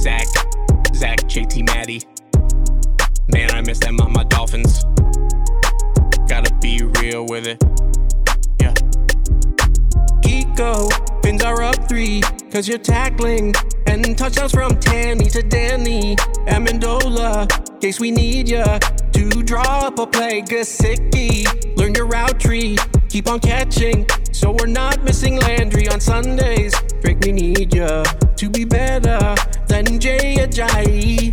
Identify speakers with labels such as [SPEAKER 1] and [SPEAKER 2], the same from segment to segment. [SPEAKER 1] Zach, Zach, JT, Maddie. Man, I miss them on my Dolphins. Gotta be real with it. Yeah. Geeko, fins are up three, cause you're tackling. And touchdowns from Tanny to Danny. Amendola, case we need ya. To draw up a play, Gasicki. Learn your route tree, keep on catching. So we're not missing Landry on Sundays. Drake, we need ya to be better than Jay Ajayi.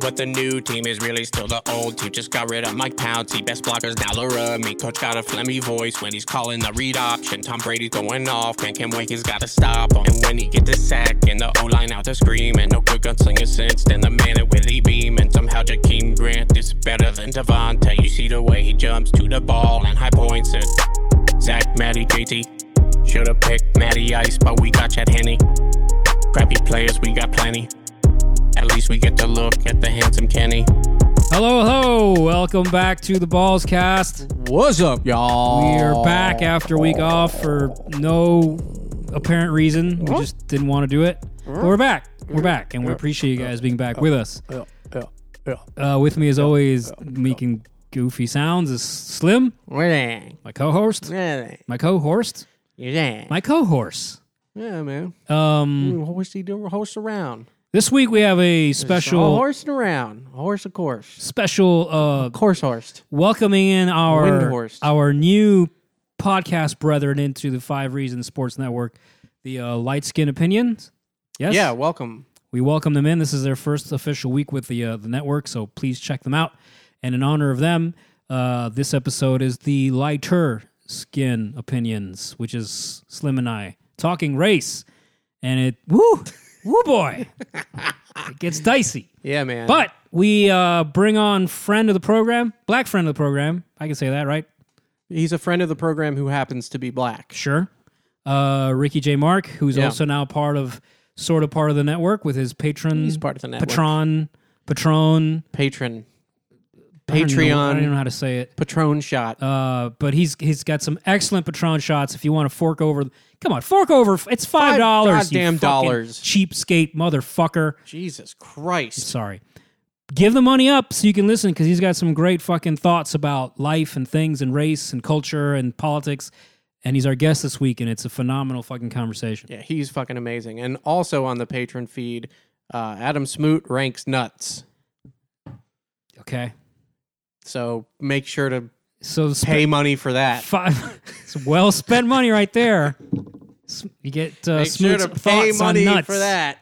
[SPEAKER 1] But the new team is really still the old team. Just got rid of Mike Pouncey. Best blockers now Laura. Me coach got a phlegmy voice when he's calling the read option. Tom Brady's going off. Can't Kim Wake has gotta stop him. And when he gets the sack and the O line out to scream. And no good gunslinger since. Then the man at Willie Beam. And somehow Jakeem Grant is better than Devontae. You see the way he jumps to the ball and high points it. Zach, Matty, JT. Should've picked Matty Ice, but we got Chad Henney. Crappy players, we got plenty. At least we get to look at the handsome Kenny.
[SPEAKER 2] Hello, hello. Welcome back to the Balls Cast.
[SPEAKER 3] What's up, y'all?
[SPEAKER 2] We are back after a week off for no apparent reason. We just didn't want to do it. But we're back. We're back, and we appreciate you guys being back with us.
[SPEAKER 3] Yeah, yeah, yeah.
[SPEAKER 2] Uh, with me, as always, making goofy sounds is Slim,
[SPEAKER 3] Yeah,
[SPEAKER 2] my co-host,
[SPEAKER 3] yeah,
[SPEAKER 2] my co-host,
[SPEAKER 3] yeah.
[SPEAKER 2] my co-horse.
[SPEAKER 3] Yeah, man.
[SPEAKER 2] Um,
[SPEAKER 3] Horse he do horse around.
[SPEAKER 2] this week we have a
[SPEAKER 3] Oh,
[SPEAKER 2] special,
[SPEAKER 3] horsing around. Horse of course.
[SPEAKER 2] special uh,
[SPEAKER 3] Course horsed.
[SPEAKER 2] welcoming in our
[SPEAKER 3] Windhorst.
[SPEAKER 2] our new podcast brethren into the Five Reasons Sports Network, the uh, Light Skin Opinions. Yes,
[SPEAKER 3] Yeah, welcome.
[SPEAKER 2] we welcome them in. This is their first official week with the uh, the network, so please check them out. And in honor of them, uh, this episode is the lighter skin opinions, which is Slim and I talking race, and it woo woo boy, it gets dicey.
[SPEAKER 3] Yeah, man.
[SPEAKER 2] But we uh, bring on friend of the program, black friend of the program. I can say that, right?
[SPEAKER 3] he's a friend of the program who happens to be black.
[SPEAKER 2] Sure. Uh, Ricky J. Mark, who's
[SPEAKER 3] Yeah.
[SPEAKER 2] also now part of, sort of part of the network with his patron,
[SPEAKER 3] He's part of the network.
[SPEAKER 2] patron, patron,
[SPEAKER 3] Patron.
[SPEAKER 2] I don't even know- I don't even
[SPEAKER 3] Patreon.
[SPEAKER 2] know how to say it.
[SPEAKER 3] Patron shot.
[SPEAKER 2] Uh, but he's he's got some excellent patron shots. If you want to fork over, come on, fork over. It's five dollars. you
[SPEAKER 3] goddamn
[SPEAKER 2] fucking
[SPEAKER 3] dollars.
[SPEAKER 2] cheapskate motherfucker.
[SPEAKER 3] Jesus Christ.
[SPEAKER 2] Sorry. Give the money up so you can listen because he's got some great fucking thoughts about life and things and race and culture and politics. And he's our guest this week, and it's a phenomenal fucking conversation.
[SPEAKER 3] Yeah, he's fucking amazing. And also on the patron feed, uh, Adam Smoot ranks nuts.
[SPEAKER 2] Okay.
[SPEAKER 3] So make sure to
[SPEAKER 2] So the sp-
[SPEAKER 3] pay money for that.
[SPEAKER 2] five, it's well spent money right there. S- You get uh,
[SPEAKER 3] Make sure
[SPEAKER 2] Smoot's
[SPEAKER 3] to pay
[SPEAKER 2] thoughts on
[SPEAKER 3] money
[SPEAKER 2] nuts.
[SPEAKER 3] for that.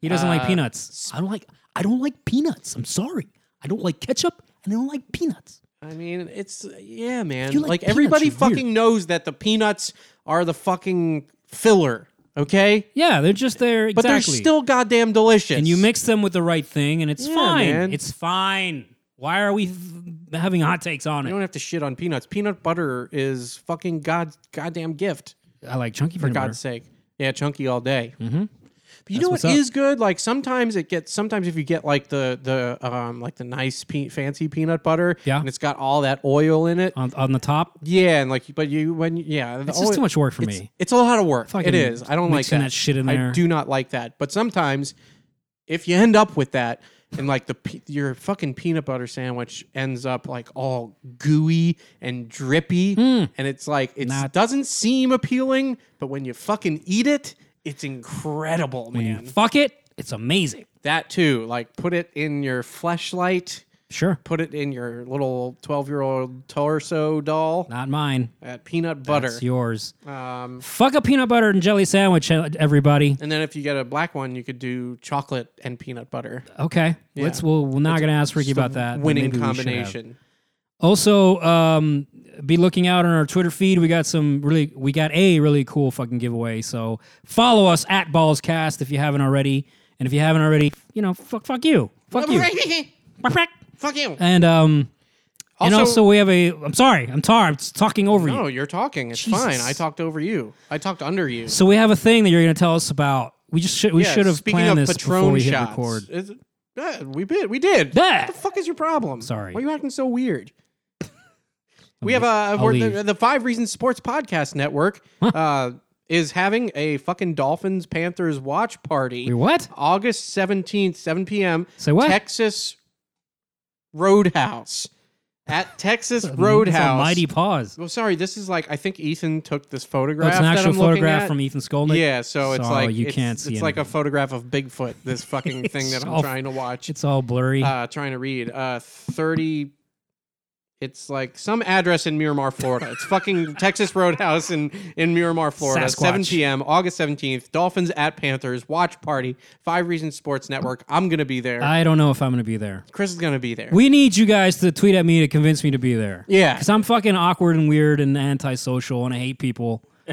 [SPEAKER 2] He doesn't like
[SPEAKER 3] Uh,
[SPEAKER 2] peanuts.
[SPEAKER 4] I don't like I don't like peanuts. I'm sorry. I don't like ketchup and I don't like peanuts.
[SPEAKER 3] I mean, it's yeah, man.
[SPEAKER 4] You
[SPEAKER 3] Like,
[SPEAKER 4] like peanuts,
[SPEAKER 3] everybody
[SPEAKER 4] you're
[SPEAKER 3] fucking knows that the peanuts are the fucking filler, okay?
[SPEAKER 2] Yeah, they're just there.
[SPEAKER 3] But
[SPEAKER 2] Exactly.
[SPEAKER 3] they're still goddamn delicious.
[SPEAKER 2] and you mix them with the right thing, and it's fine.
[SPEAKER 3] man.
[SPEAKER 2] It's fine. Why are we f- having hot takes on
[SPEAKER 3] You
[SPEAKER 2] it?
[SPEAKER 3] don't have to shit on peanuts. Peanut butter is fucking god goddamn gift.
[SPEAKER 2] I like chunky peanut
[SPEAKER 3] For
[SPEAKER 2] butter.
[SPEAKER 3] God's sake. Yeah, chunky all day. Mm-hmm. But you know
[SPEAKER 2] what's
[SPEAKER 3] what
[SPEAKER 2] up.
[SPEAKER 3] is good? Like sometimes it gets. Sometimes if you get like the the um like the nice pe- fancy peanut butter,
[SPEAKER 2] Yeah.
[SPEAKER 3] and it's got all that oil in it.
[SPEAKER 2] on, on the top.
[SPEAKER 3] yeah, and like, but you when yeah, the
[SPEAKER 2] It's just
[SPEAKER 3] oil-
[SPEAKER 2] too much work for
[SPEAKER 3] it's,
[SPEAKER 2] me.
[SPEAKER 3] It's a lot of work.
[SPEAKER 2] Fucking
[SPEAKER 3] It is. I don't like
[SPEAKER 2] mixing
[SPEAKER 3] that.
[SPEAKER 2] that shit in there.
[SPEAKER 3] I do not like that. But sometimes, if you end up with that, and like the pe- your fucking peanut butter sandwich ends up like all gooey and drippy, and it's like it
[SPEAKER 2] Hmm. Not-
[SPEAKER 3] doesn't seem appealing, but when you fucking eat it, it's incredible, man.
[SPEAKER 2] Fuck it. It's amazing.
[SPEAKER 3] that too, like put it in your fleshlight.
[SPEAKER 2] Sure.
[SPEAKER 3] Put it in your little twelve-year-old torso doll.
[SPEAKER 2] Not mine.
[SPEAKER 3] That peanut butter.
[SPEAKER 2] It's yours.
[SPEAKER 3] um,
[SPEAKER 2] Fuck a peanut butter and jelly sandwich, e- everybody.
[SPEAKER 3] And then if you get a black one, you could do chocolate and peanut butter.
[SPEAKER 2] Okay. Let's. We'll, we're not going to ask Ricky
[SPEAKER 3] Just a
[SPEAKER 2] about that. but
[SPEAKER 3] Winning
[SPEAKER 2] maybe we should have.
[SPEAKER 3] combination.
[SPEAKER 2] Also, um, be looking out on our Twitter feed. We got some really, we got a really cool fucking giveaway. So follow us at Ballscast if you haven't already, and if you haven't already, you know, fuck, fuck you, fuck you,
[SPEAKER 3] Fuck you.
[SPEAKER 2] and um, and
[SPEAKER 3] Also-
[SPEAKER 2] also we have a. I'm sorry, I'm tired. I'm just talking over
[SPEAKER 3] No,
[SPEAKER 2] you.
[SPEAKER 3] you're talking. It's
[SPEAKER 2] Jesus.
[SPEAKER 3] fine. I talked over you. I talked under you.
[SPEAKER 2] So we have a thing that you're going to tell us about. We just should, we should have
[SPEAKER 3] speaking
[SPEAKER 2] planned
[SPEAKER 3] of
[SPEAKER 2] this
[SPEAKER 3] Patron
[SPEAKER 2] before we hit
[SPEAKER 3] shots,
[SPEAKER 2] record.
[SPEAKER 3] is it- yeah, we did. We did.
[SPEAKER 2] Yeah.
[SPEAKER 3] What the fuck is your problem?
[SPEAKER 2] Sorry.
[SPEAKER 3] Why are you acting so weird? we have a
[SPEAKER 2] I'll
[SPEAKER 3] we're- the,
[SPEAKER 2] leave.
[SPEAKER 3] the Five Reasons Sports Podcast Network. Uh, is having a fucking Dolphins Panthers watch party.
[SPEAKER 2] Wait, what?
[SPEAKER 3] August 17th, 7 p.m.
[SPEAKER 2] Say what?
[SPEAKER 3] Texas Roadhouse. At Texas
[SPEAKER 2] That's a
[SPEAKER 3] Roadhouse.
[SPEAKER 2] mighty pause.
[SPEAKER 3] Well, sorry, this is like I think Ethan took this photograph.
[SPEAKER 2] That's an
[SPEAKER 3] that
[SPEAKER 2] actual
[SPEAKER 3] I'm looking
[SPEAKER 2] photograph
[SPEAKER 3] at.
[SPEAKER 2] from Ethan Skolnick.
[SPEAKER 3] Yeah, so it's like
[SPEAKER 2] you
[SPEAKER 3] it's,
[SPEAKER 2] can't see
[SPEAKER 3] it's like a
[SPEAKER 2] anything.
[SPEAKER 3] photograph of Bigfoot. This fucking thing that
[SPEAKER 2] It's
[SPEAKER 3] I'm
[SPEAKER 2] all-
[SPEAKER 3] trying to watch,
[SPEAKER 2] It's all blurry.
[SPEAKER 3] uh, trying to read. Uh, Thirty. It's like some address in Miramar, Florida. It's fucking Texas Roadhouse in in Miramar, Florida.
[SPEAKER 2] Sasquatch.
[SPEAKER 3] 7 p.m. August 17th. Dolphins at Panthers watch party. Five Reasons Sports Network. I'm gonna be there.
[SPEAKER 2] I don't know if I'm going to be there.
[SPEAKER 3] Chris is gonna be there.
[SPEAKER 2] Uh, We need you guys to tweet at me to convince me to be there.
[SPEAKER 3] yeah,
[SPEAKER 2] Because I'm fucking awkward and weird and antisocial and I hate people.
[SPEAKER 3] he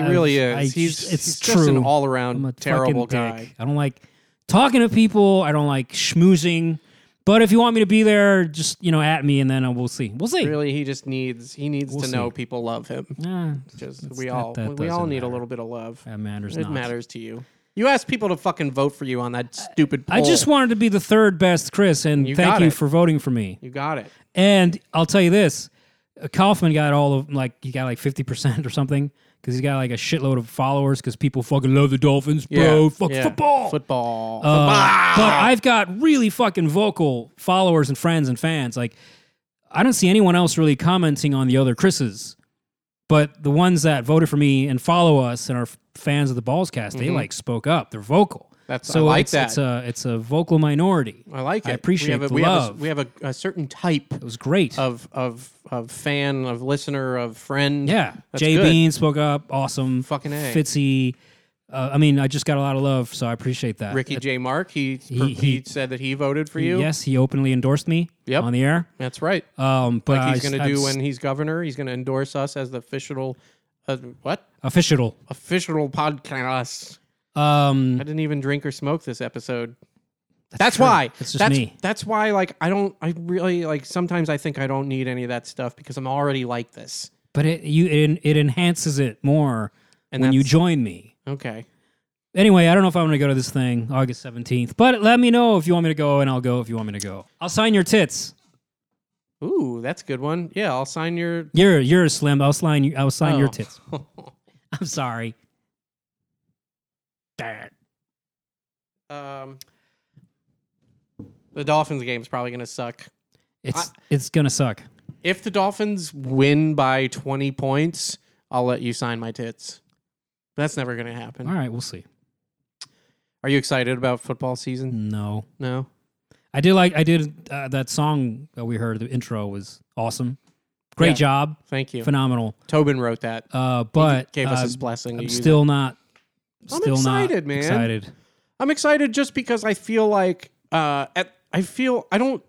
[SPEAKER 2] I-
[SPEAKER 3] really
[SPEAKER 2] I just-
[SPEAKER 3] is. he's
[SPEAKER 2] it's
[SPEAKER 3] he's just an
[SPEAKER 2] true.
[SPEAKER 3] all
[SPEAKER 2] I'm a
[SPEAKER 3] around terrible
[SPEAKER 2] fucking
[SPEAKER 3] guy.
[SPEAKER 2] dick. I don't like talking to people. I don't like schmoozing. But if you want me to be there, just you know, at me, and then uh, we'll see. We'll see.
[SPEAKER 3] Really, he just needs he needs to know people love him.
[SPEAKER 2] Nah,
[SPEAKER 3] Just
[SPEAKER 2] That's-
[SPEAKER 3] we
[SPEAKER 2] that-
[SPEAKER 3] all
[SPEAKER 2] that
[SPEAKER 3] we all
[SPEAKER 2] doesn't
[SPEAKER 3] need a
[SPEAKER 2] matter.
[SPEAKER 3] little bit of love.
[SPEAKER 2] that matters
[SPEAKER 3] it
[SPEAKER 2] not.
[SPEAKER 3] matters to you. You ask people to fucking vote for you on that stupid poll.
[SPEAKER 2] I just wanted to be the third best, Chris, and
[SPEAKER 3] You
[SPEAKER 2] thank
[SPEAKER 3] got
[SPEAKER 2] you
[SPEAKER 3] it.
[SPEAKER 2] for voting for me.
[SPEAKER 3] you got it.
[SPEAKER 2] And I'll tell you this: uh, Kaufman got all of like he got like fifty percent or something because he's got like a shitload of followers because people fucking love the Dolphins, bro.
[SPEAKER 3] Yeah,
[SPEAKER 2] Fuck
[SPEAKER 3] yeah.
[SPEAKER 2] football.
[SPEAKER 3] Football.
[SPEAKER 2] Uh, but
[SPEAKER 3] Ah.
[SPEAKER 2] I've got really fucking vocal followers and friends and fans. Like, I don't see anyone else really commenting on the other Chris's, but the ones that voted for me and follow us and are f- fans of the Ballscast, they like spoke up. They're vocal.
[SPEAKER 3] Mm-hmm. That's- I
[SPEAKER 2] so
[SPEAKER 3] like
[SPEAKER 2] it's,
[SPEAKER 3] that.
[SPEAKER 2] It's a it's a vocal minority.
[SPEAKER 3] I like it.
[SPEAKER 2] I appreciate
[SPEAKER 3] we have a,
[SPEAKER 2] the
[SPEAKER 3] we Have
[SPEAKER 2] love.
[SPEAKER 3] a, we have a, a certain type
[SPEAKER 2] it was great.
[SPEAKER 3] of of of fan, of listener, of friend.
[SPEAKER 2] yeah,
[SPEAKER 3] that's
[SPEAKER 2] Jay
[SPEAKER 3] good.
[SPEAKER 2] Bean spoke up. Awesome.
[SPEAKER 3] Fucking A.
[SPEAKER 2] Fitzy. Uh, I mean, I just got a lot of love, so I appreciate that.
[SPEAKER 3] Ricky
[SPEAKER 2] It-
[SPEAKER 3] J. Mark. He,
[SPEAKER 2] He-
[SPEAKER 3] he
[SPEAKER 2] he-
[SPEAKER 3] said that he voted for you.
[SPEAKER 2] Yes, he openly endorsed me
[SPEAKER 3] Yep.
[SPEAKER 2] on the air.
[SPEAKER 3] that's right.
[SPEAKER 2] Um, but
[SPEAKER 3] Like he's
[SPEAKER 2] I-
[SPEAKER 3] going to
[SPEAKER 2] I've
[SPEAKER 3] do
[SPEAKER 2] s-
[SPEAKER 3] when he's governor. He's going to endorse us as the official. Uh, what
[SPEAKER 2] official.
[SPEAKER 3] official podcast?
[SPEAKER 2] Um,
[SPEAKER 3] I didn't even drink or smoke this episode. That's,
[SPEAKER 2] true.
[SPEAKER 3] why.
[SPEAKER 2] It's just
[SPEAKER 3] that's,
[SPEAKER 2] me.
[SPEAKER 3] That's why. Like I don't. I really like. Sometimes I think I don't need any of that stuff because I'm already like this.
[SPEAKER 2] but it you it, it enhances it more
[SPEAKER 3] And
[SPEAKER 2] when you
[SPEAKER 3] that's-
[SPEAKER 2] join me.
[SPEAKER 3] Okay.
[SPEAKER 2] Anyway, I don't know if I'm going to go to this thing August 17th, but let me know if you want me to go, and I'll go if you want me to go. I'll sign your tits.
[SPEAKER 3] Ooh, that's a good one. Yeah, I'll sign your.
[SPEAKER 2] You're you're a slim. I'll sign you. I'll sign your
[SPEAKER 3] Oh.
[SPEAKER 2] tits. I'm sorry.
[SPEAKER 3] um, the Dolphins game is probably going to suck.
[SPEAKER 2] It's it's gonna suck.
[SPEAKER 3] If the Dolphins win by 20 points, I'll let you sign my tits. That's never going to happen.
[SPEAKER 2] All right, we'll see.
[SPEAKER 3] Are you excited about football
[SPEAKER 2] Mm.
[SPEAKER 3] season?
[SPEAKER 2] No,
[SPEAKER 3] No.
[SPEAKER 2] I did like I did uh, that song that we heard. The intro was awesome. Great
[SPEAKER 3] Yeah.
[SPEAKER 2] job,
[SPEAKER 3] Thank you.
[SPEAKER 2] phenomenal.
[SPEAKER 3] Tobin wrote that.
[SPEAKER 2] Uh, but
[SPEAKER 3] Gave us
[SPEAKER 2] uh,
[SPEAKER 3] his blessing. to
[SPEAKER 2] I'm
[SPEAKER 3] use it.
[SPEAKER 2] still not.
[SPEAKER 3] I'm
[SPEAKER 2] still
[SPEAKER 3] excited,
[SPEAKER 2] not
[SPEAKER 3] man.
[SPEAKER 2] Excited.
[SPEAKER 3] I'm excited just because I feel like uh, at I feel I don't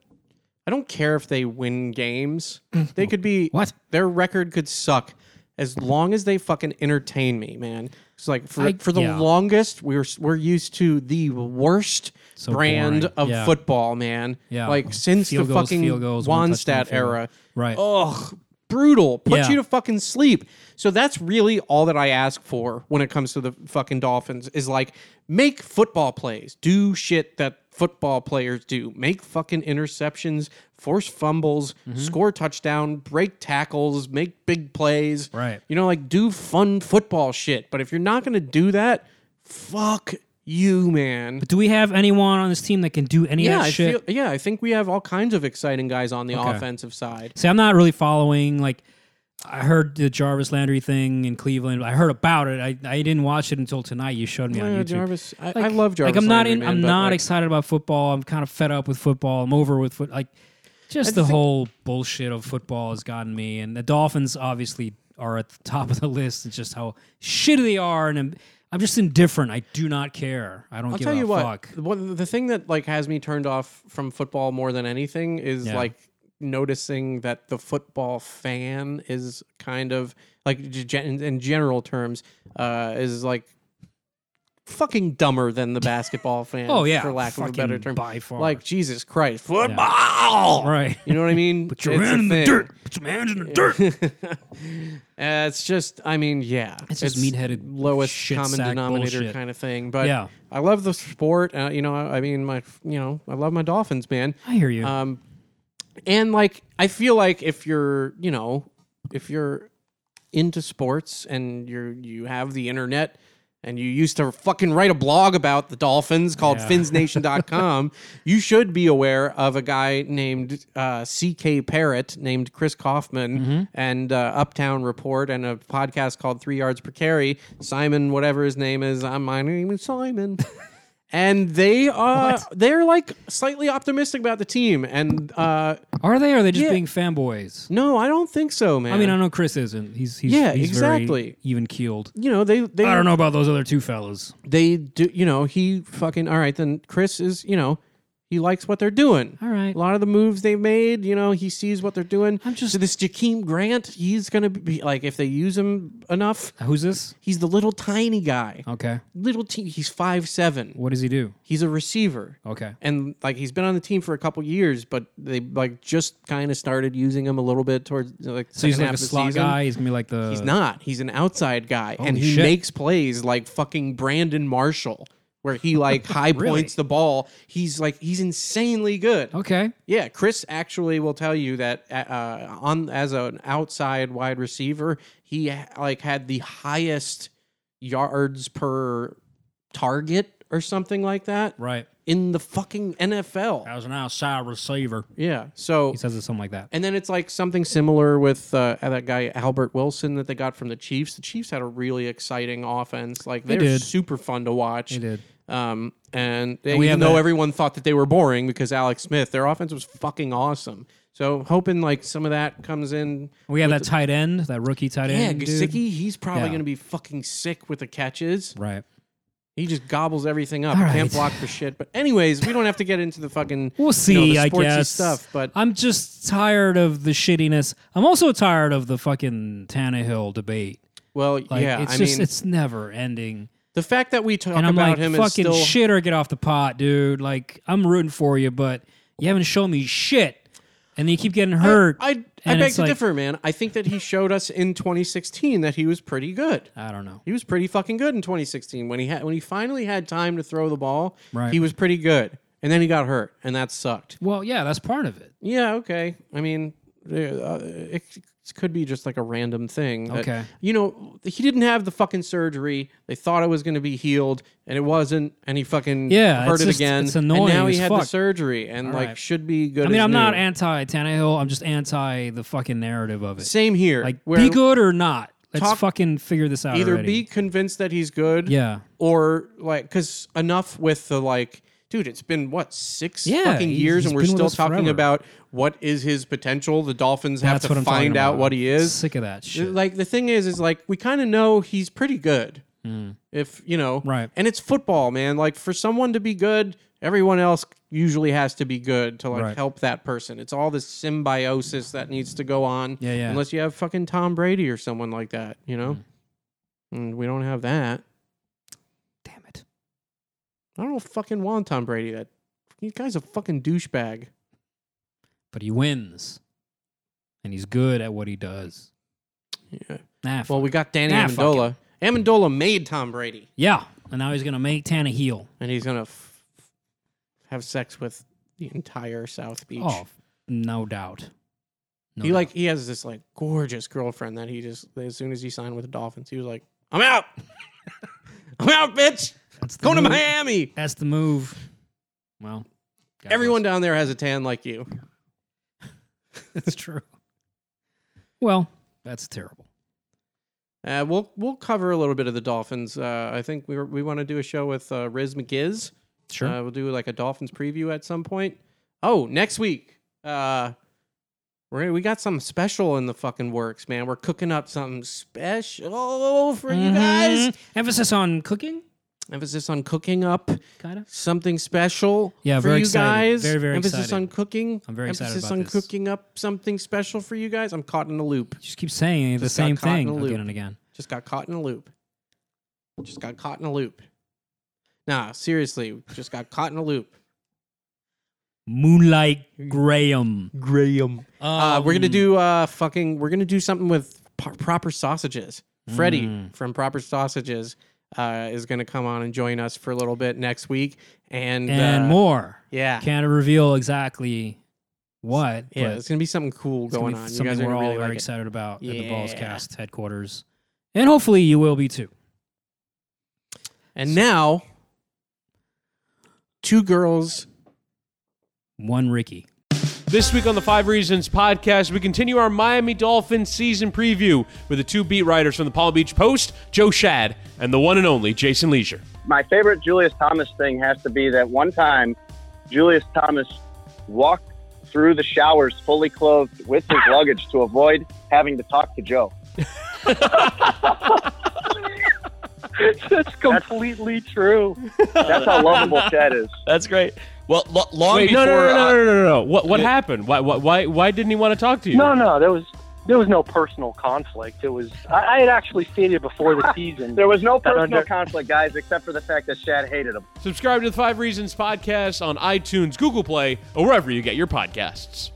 [SPEAKER 3] I don't care if they win games. They could be
[SPEAKER 2] What?
[SPEAKER 3] their record could suck as long as they fucking entertain me, man. It's like for,
[SPEAKER 2] I-
[SPEAKER 3] for the
[SPEAKER 2] yeah.
[SPEAKER 3] longest we were we're used to the worst
[SPEAKER 2] So
[SPEAKER 3] brand
[SPEAKER 2] boring.
[SPEAKER 3] of
[SPEAKER 2] Yeah.
[SPEAKER 3] football, man.
[SPEAKER 2] Yeah.
[SPEAKER 3] Like since
[SPEAKER 2] Field
[SPEAKER 3] the
[SPEAKER 2] goals,
[SPEAKER 3] fucking
[SPEAKER 2] field goals, one touchdown
[SPEAKER 3] Wonstadt
[SPEAKER 2] field goal.
[SPEAKER 3] era.
[SPEAKER 2] Right.
[SPEAKER 3] Ugh, brutal. Puts
[SPEAKER 2] Yeah.
[SPEAKER 3] you to fucking sleep. So that's really all that I ask for when it comes to the fucking Dolphins is like make football plays, do shit that football players do, make fucking interceptions, force fumbles,
[SPEAKER 2] Mm-hmm.
[SPEAKER 3] score touchdown, break tackles, make big plays.
[SPEAKER 2] Right.
[SPEAKER 3] You know, like do fun football shit. But if you're not gonna do that, fuck you, man.
[SPEAKER 2] Do we have anyone on this team that can do any
[SPEAKER 3] Yeah,
[SPEAKER 2] of that
[SPEAKER 3] I
[SPEAKER 2] shit?
[SPEAKER 3] feel, yeah, I think we have all kinds of exciting guys on the
[SPEAKER 2] Okay.
[SPEAKER 3] offensive side.
[SPEAKER 2] See, I'm not really following. Like, I heard the Jarvis Landry thing in Cleveland. I heard about it. I, I didn't watch it until tonight. You showed me
[SPEAKER 3] Yeah,
[SPEAKER 2] on YouTube.
[SPEAKER 3] Uh, Jarvis, I,
[SPEAKER 2] Like-
[SPEAKER 3] I love Jarvis.
[SPEAKER 2] Like, I'm not
[SPEAKER 3] Landry,
[SPEAKER 2] in.
[SPEAKER 3] man,
[SPEAKER 2] I'm
[SPEAKER 3] but,
[SPEAKER 2] not
[SPEAKER 3] like,
[SPEAKER 2] excited about football. I'm kind of fed up with football. I'm over with foot. Like, just the
[SPEAKER 3] think-
[SPEAKER 2] whole bullshit of football has gotten me. And the Dolphins obviously are at the top of the list. It's just how shitty they are, and I'm, I'm just indifferent. I do not care. I don't
[SPEAKER 3] I'll
[SPEAKER 2] give
[SPEAKER 3] tell
[SPEAKER 2] a
[SPEAKER 3] you what,
[SPEAKER 2] fuck.
[SPEAKER 3] what. The thing that like has me turned off from football more than anything is
[SPEAKER 2] Yeah.
[SPEAKER 3] like noticing that the football fan is kind of like g- gen- in general terms uh, is like fucking dumber than the basketball fan.
[SPEAKER 2] Oh yeah,
[SPEAKER 3] for lack of a
[SPEAKER 2] Fucking
[SPEAKER 3] better term,
[SPEAKER 2] by far.
[SPEAKER 3] like Jesus Christ, football.
[SPEAKER 2] right.
[SPEAKER 3] You know what I mean?
[SPEAKER 2] Put your
[SPEAKER 3] It's a
[SPEAKER 2] hand in the
[SPEAKER 3] thing.
[SPEAKER 2] dirt. Put your hands in the dirt.
[SPEAKER 3] Uh, it's just, I mean, yeah,
[SPEAKER 2] It's just meat-headed
[SPEAKER 3] lowest
[SPEAKER 2] shit
[SPEAKER 3] common
[SPEAKER 2] sack
[SPEAKER 3] denominator
[SPEAKER 2] bullshit.
[SPEAKER 3] kind of thing. But
[SPEAKER 2] Yeah.
[SPEAKER 3] I love the sport. Uh, you know, I, I mean, my, you know, I love my Dolphins, man.
[SPEAKER 2] I hear you.
[SPEAKER 3] Um, and like, I feel like if you're, you know, if you're into sports and you're you have the internet and you used to fucking write a blog about the Dolphins called
[SPEAKER 2] Yeah.
[SPEAKER 3] finsnation.com, you should be aware of a guy named uh, CK Parrott, named Chris Kaufman, and uh, Uptown Report, and a podcast called Three Yards Per Carry. Simon, whatever his name is, I'm, my name is Simon. and they are they're like slightly optimistic about the team. And uh,
[SPEAKER 2] Are they? Or are they just
[SPEAKER 3] Yeah.
[SPEAKER 2] being fanboys?
[SPEAKER 3] no, I don't think so, man.
[SPEAKER 2] I mean, I know Chris isn't. He's he's
[SPEAKER 3] Yeah,
[SPEAKER 2] he's very
[SPEAKER 3] exactly.
[SPEAKER 2] even keeled.
[SPEAKER 3] you know they they
[SPEAKER 2] I don't know about those other two fellas.
[SPEAKER 3] they do you know he fucking all right then chris is you know he likes what they're doing
[SPEAKER 2] All right.
[SPEAKER 3] a lot of the moves they've made you know he sees what they're doing
[SPEAKER 2] I'm just-
[SPEAKER 3] so this Jakeem grant he's gonna be like if they use him enough
[SPEAKER 2] Who's this?
[SPEAKER 3] he's the little tiny guy
[SPEAKER 2] Okay.
[SPEAKER 3] little te- he's five seven
[SPEAKER 2] What does he do?
[SPEAKER 3] he's a receiver
[SPEAKER 2] Okay.
[SPEAKER 3] and like he's been on the team for a couple years but they like just kind of started using him a little bit towards like
[SPEAKER 2] So he's like
[SPEAKER 3] second half
[SPEAKER 2] a
[SPEAKER 3] of the
[SPEAKER 2] slot
[SPEAKER 3] season.
[SPEAKER 2] guy. He's gonna be like the.
[SPEAKER 3] He's not. He's an outside guy, and
[SPEAKER 2] Holy
[SPEAKER 3] he
[SPEAKER 2] shit.
[SPEAKER 3] makes plays like fucking Brandon Marshall, where he like high points the ball. He's like he's insanely good.
[SPEAKER 2] Okay.
[SPEAKER 3] Yeah, Chris actually will tell you that uh, on as an outside wide receiver, he like had the highest yards per target or something like that
[SPEAKER 2] Right.
[SPEAKER 3] in the fucking NFL.
[SPEAKER 2] As an outside receiver.
[SPEAKER 3] Yeah, so
[SPEAKER 2] He says it something like that.
[SPEAKER 3] and then it's like something similar with uh, that guy Albert Wilson that they got from the Chiefs. The Chiefs had a really exciting offense. Like they're
[SPEAKER 2] did.
[SPEAKER 3] super fun to watch.
[SPEAKER 2] He did.
[SPEAKER 3] Um, and, they,
[SPEAKER 2] we
[SPEAKER 3] even
[SPEAKER 2] have
[SPEAKER 3] though
[SPEAKER 2] that-
[SPEAKER 3] everyone thought that they were boring because Alex Smith, their offense was fucking awesome. So hoping like some of that comes in.
[SPEAKER 2] We have that tight end, that rookie tight
[SPEAKER 3] Yeah,
[SPEAKER 2] end. dude.
[SPEAKER 3] Gasicki, he's probably
[SPEAKER 2] Yeah.
[SPEAKER 3] going to be fucking sick with the catches.
[SPEAKER 2] Right.
[SPEAKER 3] He just gobbles everything up.
[SPEAKER 2] All
[SPEAKER 3] Can't
[SPEAKER 2] right.
[SPEAKER 3] block for shit. But anyways, we don't have to get into the fucking
[SPEAKER 2] We'll see.
[SPEAKER 3] you know, the
[SPEAKER 2] I
[SPEAKER 3] sportsy
[SPEAKER 2] guess
[SPEAKER 3] stuff. But
[SPEAKER 2] I'm just tired of the shittiness. I'm also tired of the fucking Tannehill debate.
[SPEAKER 3] well,
[SPEAKER 2] Like,
[SPEAKER 3] yeah,
[SPEAKER 2] it's
[SPEAKER 3] I
[SPEAKER 2] just
[SPEAKER 3] mean,
[SPEAKER 2] it's never ending.
[SPEAKER 3] the fact that we talk
[SPEAKER 2] and I'm
[SPEAKER 3] about
[SPEAKER 2] like,
[SPEAKER 3] him is
[SPEAKER 2] fucking
[SPEAKER 3] still
[SPEAKER 2] shit or get off the pot, dude. Like, I'm rooting for you, but you haven't shown me shit, and you keep getting hurt.
[SPEAKER 3] I, I,
[SPEAKER 2] and
[SPEAKER 3] beg
[SPEAKER 2] it's
[SPEAKER 3] to
[SPEAKER 2] like-
[SPEAKER 3] differ, man. I think that he showed us in 2016 that he was pretty good.
[SPEAKER 2] I don't know.
[SPEAKER 3] He was pretty fucking good in 2016 when he had when he finally had time to throw the ball.
[SPEAKER 2] Right.
[SPEAKER 3] He was pretty good, and then he got hurt, and that sucked.
[SPEAKER 2] Well, yeah, that's part of it.
[SPEAKER 3] Yeah, okay. I mean, uh, it could be just like a random thing. that-
[SPEAKER 2] Okay.
[SPEAKER 3] You know, he didn't have the fucking surgery. They thought it was going to be healed, and it wasn't. And he fucking
[SPEAKER 2] Yeah,
[SPEAKER 3] hurt
[SPEAKER 2] it's
[SPEAKER 3] it
[SPEAKER 2] just-
[SPEAKER 3] again.
[SPEAKER 2] it's annoying
[SPEAKER 3] And now he
[SPEAKER 2] as
[SPEAKER 3] had the
[SPEAKER 2] fuck.
[SPEAKER 3] surgery, and like
[SPEAKER 2] right.
[SPEAKER 3] should be good.
[SPEAKER 2] I mean,
[SPEAKER 3] as
[SPEAKER 2] I'm not
[SPEAKER 3] new.
[SPEAKER 2] anti Tannehill. I'm just anti the fucking narrative of it.
[SPEAKER 3] Same here.
[SPEAKER 2] Like,
[SPEAKER 3] where
[SPEAKER 2] be good or not. Let's
[SPEAKER 3] Talk-
[SPEAKER 2] fucking figure this out.
[SPEAKER 3] either
[SPEAKER 2] already.
[SPEAKER 3] be convinced that he's good
[SPEAKER 2] yeah,
[SPEAKER 3] or like because enough with the like dude it's been what six
[SPEAKER 2] Yeah,
[SPEAKER 3] fucking
[SPEAKER 2] he's-
[SPEAKER 3] years
[SPEAKER 2] he's
[SPEAKER 3] and we're
[SPEAKER 2] been with
[SPEAKER 3] still
[SPEAKER 2] us
[SPEAKER 3] talking
[SPEAKER 2] forever.
[SPEAKER 3] about what is his potential the dolphins
[SPEAKER 2] that's
[SPEAKER 3] have
[SPEAKER 2] what
[SPEAKER 3] to
[SPEAKER 2] I'm talking
[SPEAKER 3] find out
[SPEAKER 2] about.
[SPEAKER 3] what he is
[SPEAKER 2] Sick of that shit.
[SPEAKER 3] like the thing is is like we kind of know he's pretty good if you know
[SPEAKER 2] Hmm. Right.
[SPEAKER 3] and it's football man like for someone to be good everyone else usually has to be good to like
[SPEAKER 2] Right.
[SPEAKER 3] help that person it's all this symbiosis that needs to go on
[SPEAKER 2] Yeah, yeah.
[SPEAKER 3] unless you have fucking tom brady or someone like that you know
[SPEAKER 2] Hmm.
[SPEAKER 3] and we don't have that
[SPEAKER 2] Damn it.
[SPEAKER 3] I don't fucking want Tom Brady. That that guy's a fucking douchebag.
[SPEAKER 2] But he wins, and he's good at what he does.
[SPEAKER 3] Yeah.
[SPEAKER 2] Nah. fuck
[SPEAKER 3] Well, we got Danny
[SPEAKER 2] Nah, fuck
[SPEAKER 3] Amendola. Amendola made Tom Brady,
[SPEAKER 2] Yeah, and now he's gonna make Tannehill.
[SPEAKER 3] and he's gonna f- have sex with the entire South Beach.
[SPEAKER 2] Oh, no doubt. No
[SPEAKER 3] he
[SPEAKER 2] doubt.
[SPEAKER 3] like he has this like gorgeous girlfriend that he just as soon as he signed with the Dolphins, he was like, "I'm out, I'm out, bitch,
[SPEAKER 2] That's the
[SPEAKER 3] going to
[SPEAKER 2] move.
[SPEAKER 3] Miami."
[SPEAKER 2] That's the move. Well, God
[SPEAKER 3] Everyone down there has a tan like you.
[SPEAKER 2] bless. That's true. Well, that's terrible.
[SPEAKER 3] Uh, we'll we'll cover a little bit of the Dolphins. Uh, I think we were, we want to do a show with uh, Riz McGiz.
[SPEAKER 2] Sure.
[SPEAKER 3] Uh, we'll do like a Dolphins preview at some point. Oh, next week. Uh, we're gonna- we got something special in the fucking works, man. We're cooking up something special for you guys.
[SPEAKER 2] Mhm. Emphasis on cooking,
[SPEAKER 3] Emphasis on cooking up
[SPEAKER 2] kind of.
[SPEAKER 3] something special.
[SPEAKER 2] Yeah,
[SPEAKER 3] for
[SPEAKER 2] very
[SPEAKER 3] you
[SPEAKER 2] excited.
[SPEAKER 3] guys.
[SPEAKER 2] Very, very
[SPEAKER 3] Emphasis
[SPEAKER 2] excited.
[SPEAKER 3] on cooking.
[SPEAKER 2] I'm very excited
[SPEAKER 3] Emphasis
[SPEAKER 2] about
[SPEAKER 3] on
[SPEAKER 2] this.
[SPEAKER 3] cooking up something special for you guys. I'm caught in a loop.
[SPEAKER 2] Just keep saying the
[SPEAKER 3] Just got
[SPEAKER 2] same
[SPEAKER 3] caught in
[SPEAKER 2] thing
[SPEAKER 3] a loop.
[SPEAKER 2] again and again.
[SPEAKER 3] Just got caught in a loop. Just got caught in a loop. Nah, seriously, just got caught in a loop.
[SPEAKER 2] Moonlight Graham.
[SPEAKER 3] Graham. Uh, we're gonna
[SPEAKER 2] Um,
[SPEAKER 3] do uh fucking. We're gonna do something with P- proper sausages. Freddie
[SPEAKER 2] Mm.
[SPEAKER 3] from Proper Sausages uh, is gonna come on and join us for a little bit next week, and,
[SPEAKER 2] and
[SPEAKER 3] uh,
[SPEAKER 2] more.
[SPEAKER 3] Yeah,
[SPEAKER 2] Can't reveal exactly what.
[SPEAKER 3] Yeah,
[SPEAKER 2] but
[SPEAKER 3] it's gonna be something cool
[SPEAKER 2] it's gonna
[SPEAKER 3] going
[SPEAKER 2] be
[SPEAKER 3] on. You
[SPEAKER 2] something
[SPEAKER 3] guys are
[SPEAKER 2] we're
[SPEAKER 3] gonna
[SPEAKER 2] all
[SPEAKER 3] really
[SPEAKER 2] very
[SPEAKER 3] like it.
[SPEAKER 2] excited about at the Balls
[SPEAKER 3] Yeah.
[SPEAKER 2] Cast headquarters, and hopefully you will be too.
[SPEAKER 3] And now, two girls.
[SPEAKER 2] One Ricky.
[SPEAKER 5] This week on the Five Reasons podcast, we continue our Miami Dolphins season preview with the two beat writers from the Palm Beach Post, Joe Shad, and the one and only Jason Leisure.
[SPEAKER 6] my favorite Julius Thomas thing has to be that one time Julius Thomas walked through the showers fully clothed with his luggage to avoid having to talk to Joe.
[SPEAKER 7] That's completely true.
[SPEAKER 6] That's how lovable Chad is.
[SPEAKER 7] That's great. Well, lo- long
[SPEAKER 5] Wait, no,
[SPEAKER 7] before
[SPEAKER 5] no, no, no,
[SPEAKER 7] uh,
[SPEAKER 5] no, no, no, no. What, what happened? Why, why- why, why didn't he want to talk to you?
[SPEAKER 7] No, no, there was there was no personal conflict. It was I, I had actually stated before the season.
[SPEAKER 6] There was no
[SPEAKER 7] That
[SPEAKER 6] personal
[SPEAKER 7] under-
[SPEAKER 6] conflict, guys, except for the fact that Chad hated him.
[SPEAKER 5] Subscribe to the Five Reasons podcast on iTunes, Google Play, or wherever you get your podcasts.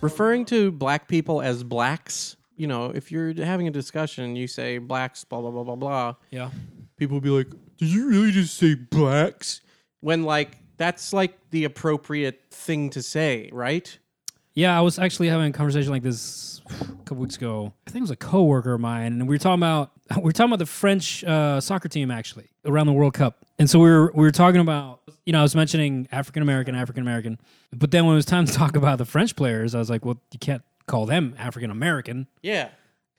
[SPEAKER 3] Referring to black people as blacks, you know, if you're having a discussion, you say blacks, blah blah blah blah blah.
[SPEAKER 2] Yeah.
[SPEAKER 3] People will be like, "Did you really just say blacks?" When like that's like the appropriate thing to say, right?
[SPEAKER 2] Yeah, I was actually having a conversation like this a couple weeks ago. I think it was a coworker of mine, and we were talking about we were talking about the French uh, soccer team actually around the World Cup, and so we were we were talking about you know I was mentioning African American, African American, but then when it was time to talk about the French players, I was like, well, you can't call them African American.
[SPEAKER 3] Yeah.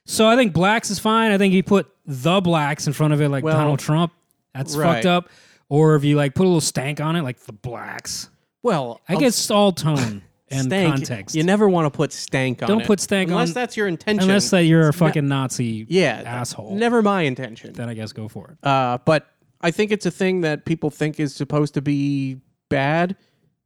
[SPEAKER 2] So I think blacks is fine. I think he put the blacks in front of it, like
[SPEAKER 3] Well,
[SPEAKER 2] Donald Trump. That's
[SPEAKER 3] right.
[SPEAKER 2] fucked up. Or if you like put a little stank on it, like the blacks.
[SPEAKER 3] Well,
[SPEAKER 2] I
[SPEAKER 3] a
[SPEAKER 2] guess it's all tone and
[SPEAKER 3] Oh, stank,
[SPEAKER 2] context.
[SPEAKER 3] You never want to put stank on
[SPEAKER 2] Don't
[SPEAKER 3] it.
[SPEAKER 2] put stank
[SPEAKER 3] unless
[SPEAKER 2] on-
[SPEAKER 3] that's your intention.
[SPEAKER 2] Unless that you're a fucking Nazi
[SPEAKER 3] yeah,
[SPEAKER 2] asshole.
[SPEAKER 3] Never my intention.
[SPEAKER 2] Then I guess go for it.
[SPEAKER 3] Uh, but I think it's a thing that people think is supposed to be bad.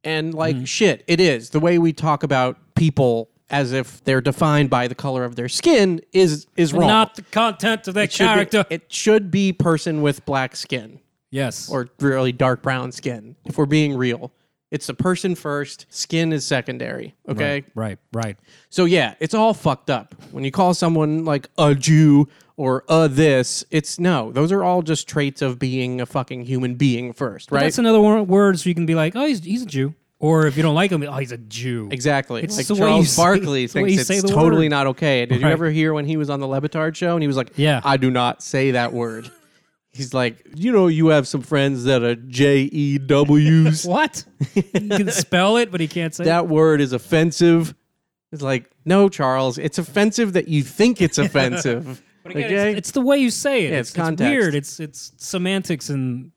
[SPEAKER 3] And like,
[SPEAKER 2] Mm.
[SPEAKER 3] shit, it is. The way we talk about people as if they're defined by the color of their skin is is wrong.
[SPEAKER 2] Not the content of their
[SPEAKER 3] Should be-
[SPEAKER 2] character.
[SPEAKER 3] it should be person with black skin
[SPEAKER 2] yes.
[SPEAKER 3] or really dark brown skin, if we're being real. It's the person first, skin is secondary. Okay.
[SPEAKER 2] right, right.
[SPEAKER 3] So yeah, it's all fucked up. When you call someone like a Jew or a this, it's no. Those are all just traits of being a fucking human being first, right?
[SPEAKER 2] That's another one word so you can be like, oh, he's, he's a Jew. Or if you don't like him, oh, he's a Jew.
[SPEAKER 3] exactly.
[SPEAKER 2] It's
[SPEAKER 3] like
[SPEAKER 2] the way you
[SPEAKER 3] Charles
[SPEAKER 2] say-
[SPEAKER 3] Barkley
[SPEAKER 2] it's the way you
[SPEAKER 3] thinks
[SPEAKER 2] say
[SPEAKER 3] it's
[SPEAKER 2] the
[SPEAKER 3] totally
[SPEAKER 2] word.
[SPEAKER 3] not okay. Did you
[SPEAKER 2] Right.
[SPEAKER 3] ever hear when he was on the Levitard show and he was like,
[SPEAKER 2] Yeah.
[SPEAKER 3] I do not say that word." He's like, "You know, you have some friends that are J E W's.
[SPEAKER 2] What? he can spell it, but he can't say it.
[SPEAKER 3] that word is offensive." It's like, "No, Charles, it's offensive that you think it's offensive."
[SPEAKER 2] But again, it's, it's the way you say it.
[SPEAKER 3] Yeah,
[SPEAKER 2] it's,
[SPEAKER 3] it's
[SPEAKER 2] it's
[SPEAKER 3] context.
[SPEAKER 2] weird. It's it's semantics and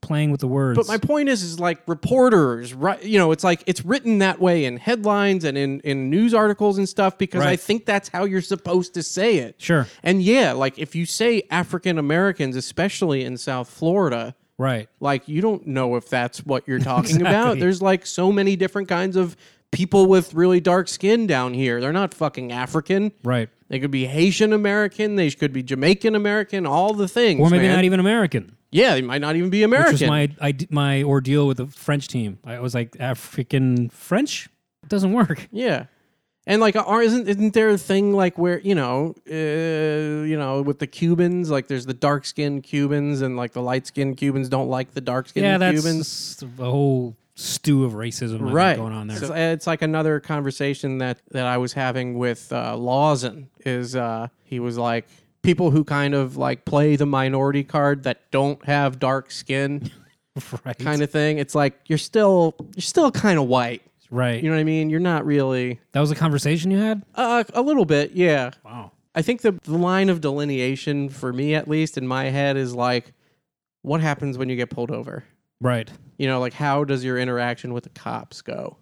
[SPEAKER 2] playing with the words.
[SPEAKER 3] But my point is, is like reporters, right? You know, it's like it's written that way in headlines and in, in news articles and stuff because I
[SPEAKER 2] Right.
[SPEAKER 3] think that's how you're supposed to say it.
[SPEAKER 2] Sure.
[SPEAKER 3] And yeah, like if you say African Americans, especially in South Florida,
[SPEAKER 2] right.
[SPEAKER 3] like you don't know if that's what you're talking about.
[SPEAKER 2] Exactly.
[SPEAKER 3] There's like so many different kinds of people with really dark skin down here. They're not fucking African.
[SPEAKER 2] Right.
[SPEAKER 3] They could be Haitian American. They could be Jamaican American. All the things.
[SPEAKER 2] Or maybe
[SPEAKER 3] man.
[SPEAKER 2] not even American.
[SPEAKER 3] Yeah, they might not even be American.
[SPEAKER 2] Which was my I, d- my ordeal with the French team. I was like African French. It doesn't work.
[SPEAKER 3] Yeah, and like, are isn't isn't there a thing like where you know, uh, you know, with the Cubans, like there's the dark skinned Cubans and like the light skinned Cubans don't like the dark skinned
[SPEAKER 2] yeah, that's
[SPEAKER 3] Cubans,
[SPEAKER 2] a whole stew of racism I think,
[SPEAKER 3] right?
[SPEAKER 2] going on there.
[SPEAKER 3] So it's like another conversation that that I was having with uh, Lawson. Is uh, he was like people who kind of like play the minority card that don't have dark skin
[SPEAKER 2] right.
[SPEAKER 3] kind of thing. It's like you're still you're still kind of white.
[SPEAKER 2] right.
[SPEAKER 3] You know what I mean? You're not really
[SPEAKER 2] that was a conversation you had.
[SPEAKER 3] uh, a little bit, yeah.
[SPEAKER 2] Wow.
[SPEAKER 3] I think the, the line of delineation for me, at least in my head, is like, what happens when you get pulled over?
[SPEAKER 2] Right.
[SPEAKER 3] You know, like how does your interaction with the cops go?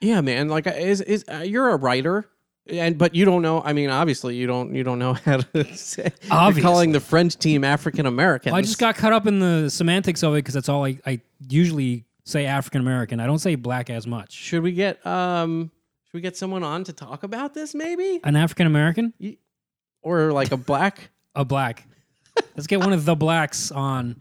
[SPEAKER 3] Yeah, man. Like, is is uh, you're a writer, and but you don't know. I mean, obviously, you don't you don't know how to say. You're calling
[SPEAKER 2] Obviously.
[SPEAKER 3] the French team African Americans.
[SPEAKER 2] Well, I just got caught up in the semantics of it because that's all I, I usually say African American. I don't say black as much.
[SPEAKER 3] Should we get um? Should we get someone on to talk about this, maybe,
[SPEAKER 2] An African American?
[SPEAKER 3] or like a black?
[SPEAKER 2] A black. Let's get one of the blacks on.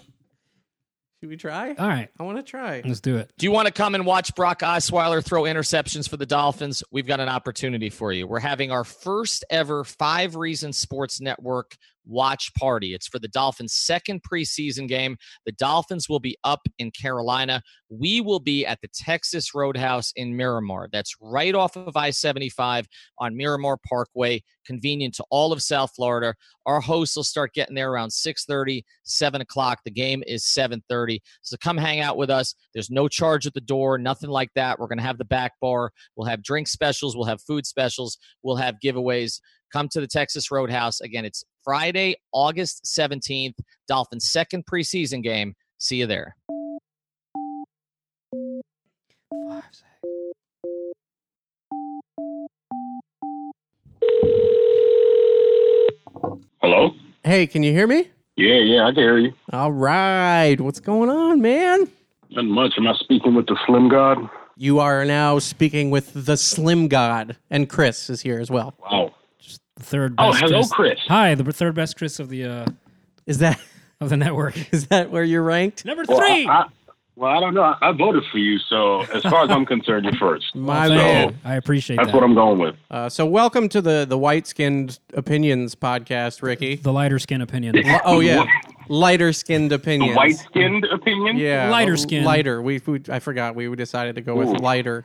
[SPEAKER 3] Should we try?
[SPEAKER 2] All right,
[SPEAKER 3] I want to try.
[SPEAKER 2] let's do it.
[SPEAKER 8] Do you want to come and watch Brock Osweiler throw interceptions for the Dolphins? We've got an opportunity for you. We're having our first ever Five Reasons Sports Network watch party. It's for the Dolphins' second preseason game. The Dolphins will be up in Carolina. We will be at the Texas Roadhouse in Miramar. That's right off of I 75 on Miramar Parkway, convenient to all of South Florida. Our hosts will start getting there around 6:30, 7 o'clock. The game is 7:30. So come hang out with us. There's no charge at the door, nothing like that. We're going to have the back bar. We'll have drink specials. We'll have food specials. We'll have giveaways. Come to the Texas Roadhouse. Again, it's Friday, August 17th, Dolphins' second preseason game. See you there.
[SPEAKER 9] Hello?
[SPEAKER 3] Hey, can you hear me?
[SPEAKER 9] Yeah, yeah, I can hear you.
[SPEAKER 3] All right. What's going on, man?
[SPEAKER 9] Not much. Am I speaking with the Slim God?
[SPEAKER 3] You are now speaking with the Slim God, and Chris is here as well.
[SPEAKER 9] Wow.
[SPEAKER 2] The third
[SPEAKER 9] Oh,
[SPEAKER 2] best
[SPEAKER 9] hello,
[SPEAKER 2] Chris.
[SPEAKER 9] Chris.
[SPEAKER 2] Hi, the third best Chris of the uh,
[SPEAKER 3] Is that
[SPEAKER 2] of the network.
[SPEAKER 3] is that where you're ranked?
[SPEAKER 2] Number
[SPEAKER 9] Well,
[SPEAKER 2] three.
[SPEAKER 9] I, I, well, I don't know. I, I voted for you, so as far as I'm concerned, you're first.
[SPEAKER 3] My
[SPEAKER 2] Thank you.
[SPEAKER 3] man.
[SPEAKER 2] I appreciate
[SPEAKER 9] That's
[SPEAKER 2] that.
[SPEAKER 9] what I'm going with.
[SPEAKER 3] Uh, so welcome to the the White Skinned Opinions podcast, Ricky.
[SPEAKER 2] the lighter skin opinion.
[SPEAKER 3] Oh yeah, lighter skinned opinions.
[SPEAKER 9] White skinned opinion?
[SPEAKER 3] yeah,
[SPEAKER 2] Lighter
[SPEAKER 3] l-
[SPEAKER 2] skin.
[SPEAKER 3] Lighter. We, we I forgot. We decided to go with
[SPEAKER 9] Ooh.
[SPEAKER 3] lighter.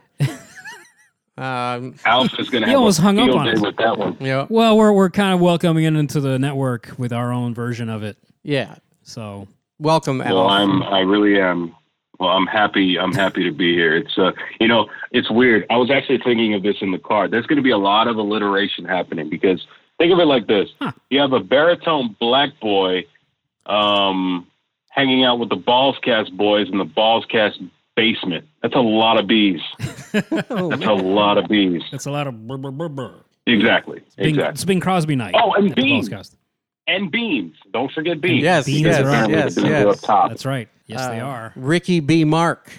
[SPEAKER 3] um.
[SPEAKER 9] Alf is going to
[SPEAKER 2] He
[SPEAKER 9] have
[SPEAKER 2] almost
[SPEAKER 9] a
[SPEAKER 2] hung up
[SPEAKER 9] field
[SPEAKER 2] on
[SPEAKER 9] day
[SPEAKER 2] us.
[SPEAKER 9] with that one.
[SPEAKER 3] Yeah.
[SPEAKER 2] Well, we're we're kind of welcoming it into the network with our own version of it.
[SPEAKER 3] Yeah.
[SPEAKER 2] So
[SPEAKER 3] Welcome,
[SPEAKER 9] Well,
[SPEAKER 3] Al.
[SPEAKER 9] I'm. I really am. Well, I'm happy. I'm happy to be here. It's uh, you know, it's weird. I was actually thinking of this in the car. There's going to be a lot of alliteration happening because think of it like this: you have a baritone black boy, um, hanging out with the balls cast boys in the balls cast basement. That's a lot of bees.
[SPEAKER 3] Oh,
[SPEAKER 9] That's a lot of bees.
[SPEAKER 2] that's a lot of brr, brr, brr, brr.
[SPEAKER 9] Exactly.
[SPEAKER 2] Bing,
[SPEAKER 9] exactly.
[SPEAKER 2] It's Bing Crosby night.
[SPEAKER 9] Oh, and
[SPEAKER 2] at the
[SPEAKER 9] Bing.
[SPEAKER 2] Buzzcast.
[SPEAKER 9] And beans. Don't forget beans.
[SPEAKER 3] Yes,
[SPEAKER 2] Beans
[SPEAKER 3] yes,
[SPEAKER 2] are on.
[SPEAKER 9] Apparently
[SPEAKER 3] yes,
[SPEAKER 9] they're gonna
[SPEAKER 3] yes.
[SPEAKER 9] do up top.
[SPEAKER 2] That's right. Yes, they are.
[SPEAKER 3] Ricky B. Mark.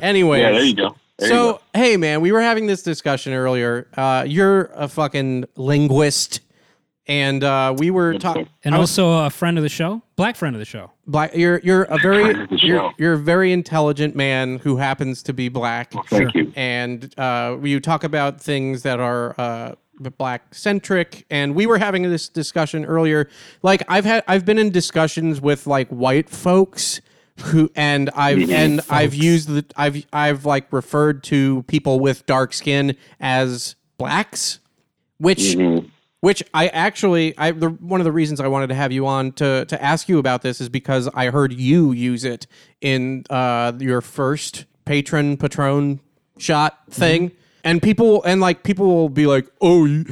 [SPEAKER 3] Anyways.
[SPEAKER 9] Yeah, there you go. There you
[SPEAKER 3] so,
[SPEAKER 9] go.
[SPEAKER 3] hey, man, we were having this discussion earlier. Uh, you're a fucking linguist, and uh, we were talking.
[SPEAKER 2] And also a friend of the show, black friend of the show.
[SPEAKER 3] Black, you're you're a very
[SPEAKER 9] Good
[SPEAKER 3] you're,
[SPEAKER 9] show.
[SPEAKER 3] you're a very intelligent man who happens to be black,
[SPEAKER 9] Thank you.
[SPEAKER 3] and uh, you talk about things that are uh, black centric. And we were having this discussion earlier. Like I've had I've been in discussions with like white folks who and I've and I've used the I've I've like referred to people with dark skin as blacks, which which I actually, I the, one of the reasons I wanted to have you on to to ask you about this is because I heard you use it in uh, your first patron patron shot thing, and people and like people will be like, "Oh, you,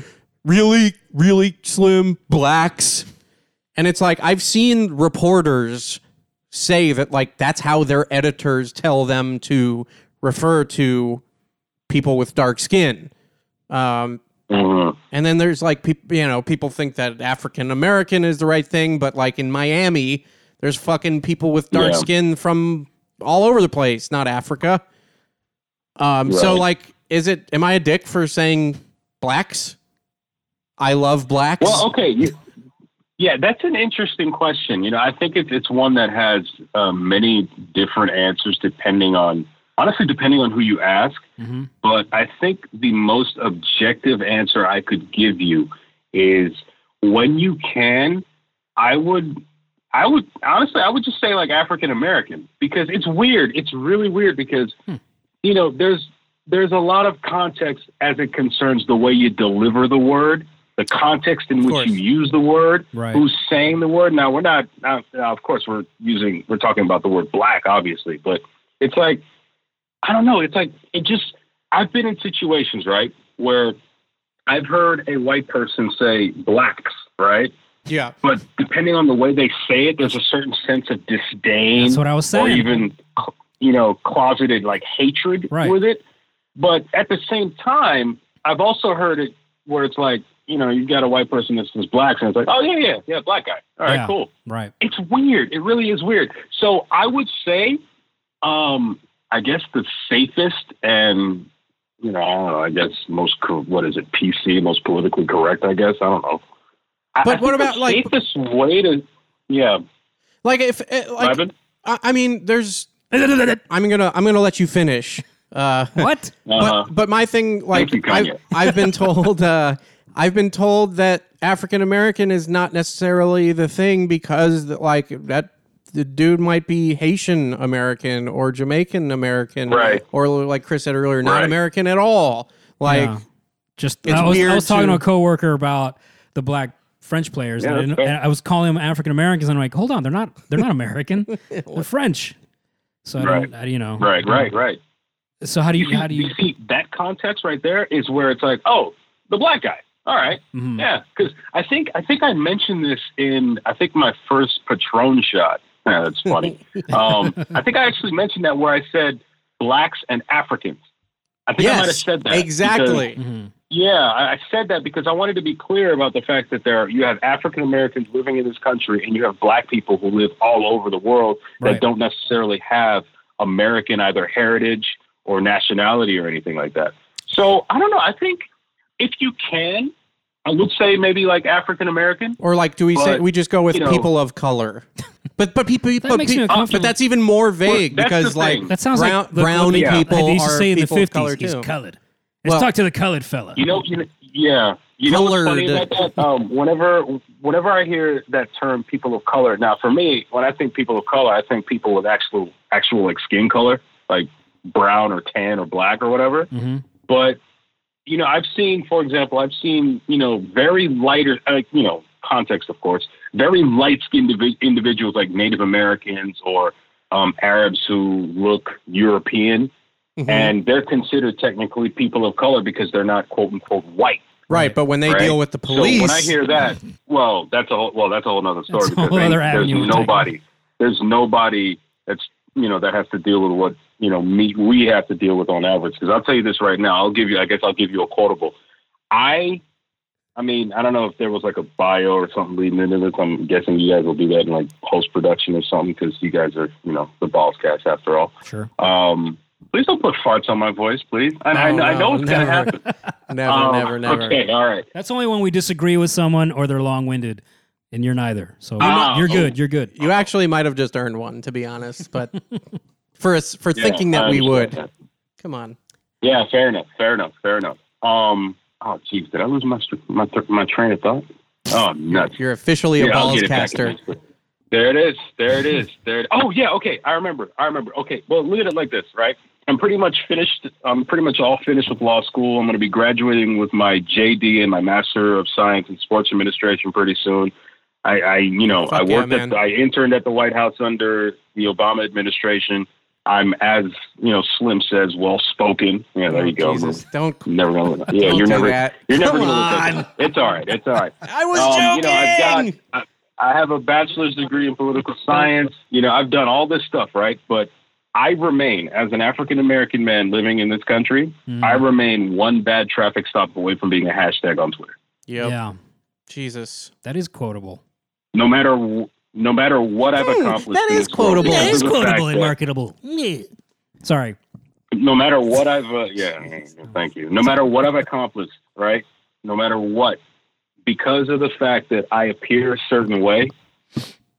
[SPEAKER 3] really, really slim blacks," and it's like I've seen reporters say that like that's how their editors tell them to refer to people with dark skin. Um,
[SPEAKER 9] Mhm.
[SPEAKER 3] and then there's like people, you know, people think that African American is the right thing, but like in Miami, there's fucking people with dark
[SPEAKER 9] Yeah.
[SPEAKER 3] skin from all over the place, not Africa. Um, so
[SPEAKER 9] Right.
[SPEAKER 3] like, is it? Am I a dick for saying blacks? I love blacks.
[SPEAKER 9] Well, okay. You, yeah, that's an interesting question. You know, I think it's it's one that has uh, many different answers depending on honestly depending on who you ask.
[SPEAKER 2] Mhm.
[SPEAKER 9] But I think the most objective answer I could give you is when you can, I would I would honestly I would just say like African American because it's weird. It's really weird because you know, there's there's a lot of context as it concerns the way you deliver the word, the context in which
[SPEAKER 3] course.
[SPEAKER 9] you use the word,
[SPEAKER 2] Right.
[SPEAKER 9] who's saying the word. Now we're not, now, now, of course, we're using we're talking about the word black, obviously, but it's like I don't know. It's like it just I've been in situations right where I've heard a white person say blacks, right?
[SPEAKER 3] yeah,
[SPEAKER 9] But depending on the way they say it, there's a certain sense of disdain
[SPEAKER 2] That's what I was
[SPEAKER 9] or
[SPEAKER 2] saying.
[SPEAKER 9] even you know closeted like hatred
[SPEAKER 2] Right.
[SPEAKER 9] with it but at the same time i've also heard it where it's like you know you've got a white person that's, that's black and it's like oh yeah yeah yeah black guy all right
[SPEAKER 2] Yeah.
[SPEAKER 9] cool
[SPEAKER 2] Right.
[SPEAKER 9] it's weird it really is weird so i would say um i guess the safest and you know i don't know i guess most co- what is it pc most politically correct i guess i don't know I-
[SPEAKER 3] But
[SPEAKER 9] I
[SPEAKER 3] what
[SPEAKER 9] think
[SPEAKER 3] about,
[SPEAKER 9] the
[SPEAKER 3] like-
[SPEAKER 9] safest way to yeah
[SPEAKER 3] like if eh, like
[SPEAKER 9] Ivan?
[SPEAKER 3] I, I mean, there's I'm gonna I'm gonna let you finish. Uh,
[SPEAKER 2] What?
[SPEAKER 9] Uh-huh.
[SPEAKER 3] But but my thing like
[SPEAKER 9] Thank you,
[SPEAKER 3] I've,
[SPEAKER 9] Kanye.
[SPEAKER 3] I've been told uh, I've been told that African American is not necessarily the thing because like that the dude might be Haitian American or Jamaican American,
[SPEAKER 9] Right.
[SPEAKER 3] Or like Chris said earlier, not
[SPEAKER 9] Right.
[SPEAKER 3] American at all. Like
[SPEAKER 2] Yeah. Just
[SPEAKER 3] It's
[SPEAKER 2] I was, I
[SPEAKER 3] weird
[SPEAKER 2] was talking to,
[SPEAKER 3] to-
[SPEAKER 2] a coworker about the black French players, and, I,
[SPEAKER 9] Yeah,
[SPEAKER 2] didn't-
[SPEAKER 9] that's
[SPEAKER 2] and I was calling them African Americans, and I'm like, hold on, they're not they're not American, they're French. So I don't,
[SPEAKER 9] Right.
[SPEAKER 2] I, you know,
[SPEAKER 9] Right, right, right.
[SPEAKER 2] So how do
[SPEAKER 9] You
[SPEAKER 2] you
[SPEAKER 9] see,
[SPEAKER 2] how do you?
[SPEAKER 9] you see that context right there is where it's like, oh, the black guy. All right.
[SPEAKER 2] Mhm.
[SPEAKER 9] Yeah, because I think I think I mentioned this in I think my first Patron shot. Yeah, that's funny. um, I think I actually mentioned that where I said blacks and Africans. I think I might have
[SPEAKER 3] yes,
[SPEAKER 9] said that because-
[SPEAKER 3] exactly.
[SPEAKER 2] Mhm.
[SPEAKER 9] yeah, I I said that because I wanted to be clear about the fact that there are, you have African Americans living in this country, and you have black people who live all over the world that
[SPEAKER 2] Right.
[SPEAKER 9] don't necessarily have American either heritage or nationality or anything like that. So I don't know. I think if you can, I would say maybe like African American.
[SPEAKER 3] Or like, do we say
[SPEAKER 9] But,
[SPEAKER 3] we just go with
[SPEAKER 9] you know-
[SPEAKER 3] people of color? But but people, but,
[SPEAKER 2] makes me
[SPEAKER 3] pe-
[SPEAKER 2] uncomfortable.
[SPEAKER 3] but that's even more vague
[SPEAKER 9] Well, that's
[SPEAKER 3] because
[SPEAKER 9] the
[SPEAKER 3] like
[SPEAKER 9] thing.
[SPEAKER 2] That sounds
[SPEAKER 3] brown,
[SPEAKER 2] like the-
[SPEAKER 3] brown
[SPEAKER 2] what they,
[SPEAKER 3] people
[SPEAKER 2] they used to
[SPEAKER 3] are
[SPEAKER 2] say in the
[SPEAKER 3] people of color
[SPEAKER 2] fifties. He's
[SPEAKER 3] too.
[SPEAKER 2] colored. Let's
[SPEAKER 3] Well-
[SPEAKER 2] talk to the colored fella.
[SPEAKER 9] You know, you know yeah. You know what's funny
[SPEAKER 3] Colored.
[SPEAKER 9] about that? Um, whenever, whenever I hear that term "people of color," now for me, when I think people of color, I think people with actual, actual like skin color, like brown or tan or black or whatever.
[SPEAKER 2] Mhm.
[SPEAKER 9] But you know, I've seen, for example, I've seen you know very lighter, like you know, context of course, very light skinned individuals like Native Americans or um, Arabs who look European
[SPEAKER 3] Mhm.
[SPEAKER 2] Mm-hmm.
[SPEAKER 9] and they're considered technically people of color because they're not quote unquote white.
[SPEAKER 3] right, but when they
[SPEAKER 9] Right.
[SPEAKER 3] deal with the police,
[SPEAKER 9] So when I hear that, well, that's a whole well, that's a whole other story
[SPEAKER 2] That's a
[SPEAKER 9] because
[SPEAKER 2] whole
[SPEAKER 9] they-
[SPEAKER 2] other
[SPEAKER 9] there's
[SPEAKER 2] avenue we're taking.
[SPEAKER 9] nobody, there's nobody that's you know that has to deal with what you know me we have to deal with on average. Because I'll tell you this right now, I'll give you, I guess I'll give you a quotable. I, I mean, I don't know if there was like a bio or something leading into this. I'm guessing you guys will do that in like post production or something because you guys are you know the balls cast after all.
[SPEAKER 2] Sure.
[SPEAKER 9] Um, please don't put farts on my voice, please. I, I,
[SPEAKER 3] No,
[SPEAKER 9] I
[SPEAKER 3] no,
[SPEAKER 9] know it's
[SPEAKER 3] never.
[SPEAKER 9] gonna happen.
[SPEAKER 3] never,
[SPEAKER 9] Um,
[SPEAKER 3] never, never.
[SPEAKER 9] Okay, all right.
[SPEAKER 2] That's only when we disagree with someone or they're long winded, and you're neither. So
[SPEAKER 9] Ah,
[SPEAKER 2] you're good. You're good.
[SPEAKER 3] You actually might have just earned one, to be honest. But for us, for thinking
[SPEAKER 9] Yeah,
[SPEAKER 3] that
[SPEAKER 9] um, I
[SPEAKER 3] we would,
[SPEAKER 9] understand
[SPEAKER 3] come on.
[SPEAKER 9] that. Yeah, fair enough. Fair enough. Fair enough. Um. Oh, jeez, did I lose my str- my thr- my train of thought? Oh, nuts.
[SPEAKER 3] You're officially a
[SPEAKER 9] Yeah, I'll
[SPEAKER 3] balls
[SPEAKER 9] get it back
[SPEAKER 3] caster.
[SPEAKER 9] eventually. There it is. There it is. There. It, oh yeah. Okay. I remember. I remember. Okay. Well, look at it like this, right? I'm pretty much finished. I'm pretty much all finished with law school. I'm going to be graduating with my JD and my Master of Science in Sports Administration pretty soon. I, I you know,
[SPEAKER 3] Fuck
[SPEAKER 9] I
[SPEAKER 3] yeah,
[SPEAKER 9] worked
[SPEAKER 3] man.
[SPEAKER 9] at, I interned at the White House under the Obama administration. I'm as you know, Slim says, well spoken. Yeah, there
[SPEAKER 3] Oh,
[SPEAKER 9] you go.
[SPEAKER 3] Jesus, don't.
[SPEAKER 9] Never gonna. Yeah,
[SPEAKER 3] Don't
[SPEAKER 9] you're
[SPEAKER 3] do
[SPEAKER 9] never.
[SPEAKER 3] that.
[SPEAKER 9] You're never
[SPEAKER 3] Come
[SPEAKER 9] gonna. look at that. It's all right. It's all right.
[SPEAKER 3] I was
[SPEAKER 9] Um,
[SPEAKER 3] joking.
[SPEAKER 9] you know, I've got, I, I have a bachelor's degree in political science. You know, I've done all this stuff, right? But I remain, as an African American man living in this country,
[SPEAKER 2] Mm-hmm.
[SPEAKER 3] Mm.
[SPEAKER 9] I remain one bad traffic stop away from being a hashtag on Twitter.
[SPEAKER 3] yep.
[SPEAKER 2] Yeah,
[SPEAKER 3] Jesus.
[SPEAKER 2] that is quotable.
[SPEAKER 9] No matter wh- no matter what I've accomplished,
[SPEAKER 3] that
[SPEAKER 9] in
[SPEAKER 3] is
[SPEAKER 9] this world,
[SPEAKER 3] quotable.
[SPEAKER 4] That
[SPEAKER 9] because
[SPEAKER 4] is
[SPEAKER 9] of the fact
[SPEAKER 4] quotable and
[SPEAKER 9] that-
[SPEAKER 4] marketable. Yeah.
[SPEAKER 2] Sorry.
[SPEAKER 9] no matter what I've uh, yeah, thank you. No matter what I've accomplished, right? No matter what, because of the fact that I appear a certain way,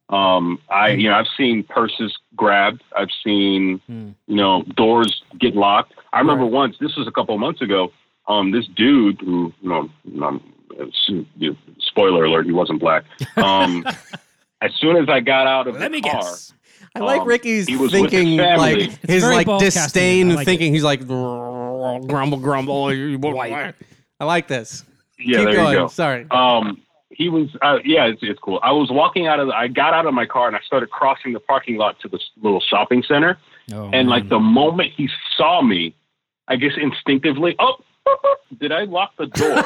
[SPEAKER 9] um, I you know I've seen purses grabbed, I've seen
[SPEAKER 2] Hmm.
[SPEAKER 9] you know doors get locked. I remember once this was a couple of months ago. Um, this dude who you know, um, spoiler alert, he wasn't black. Um, as soon as I got out of
[SPEAKER 2] Let
[SPEAKER 9] the
[SPEAKER 2] me
[SPEAKER 9] car,
[SPEAKER 2] guess.
[SPEAKER 3] I like
[SPEAKER 9] Um,
[SPEAKER 3] Ricky's
[SPEAKER 9] he was with his
[SPEAKER 3] thinking,
[SPEAKER 9] family.
[SPEAKER 3] like
[SPEAKER 9] It's
[SPEAKER 3] his
[SPEAKER 2] very
[SPEAKER 3] like
[SPEAKER 2] ball casting.
[SPEAKER 3] disdain
[SPEAKER 2] I like
[SPEAKER 3] thinking. He's like grumble, grumble. you White. I like this.
[SPEAKER 9] yeah,
[SPEAKER 3] Keep
[SPEAKER 9] there
[SPEAKER 3] going.
[SPEAKER 9] you go.
[SPEAKER 3] Sorry.
[SPEAKER 9] um, he was, uh, yeah, it's, it's cool. I was walking out of, the, I got out of my car and I started crossing the parking lot to this little shopping center.
[SPEAKER 2] Oh,
[SPEAKER 9] and like
[SPEAKER 2] man.
[SPEAKER 9] the moment he saw me, I guess instinctively, oh, boop, boop, did I lock the door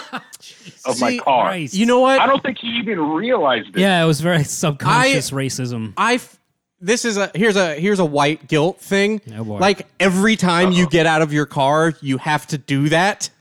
[SPEAKER 9] of my
[SPEAKER 3] See,
[SPEAKER 9] car?
[SPEAKER 2] Christ.
[SPEAKER 3] You know what?
[SPEAKER 9] I don't think he even realized it.
[SPEAKER 2] Yeah, it was very subconscious racism.
[SPEAKER 3] I f- this is a here's a here's a white guilt thing.
[SPEAKER 2] Oh, boy.
[SPEAKER 3] Like every time you get out of your car, you have to do that.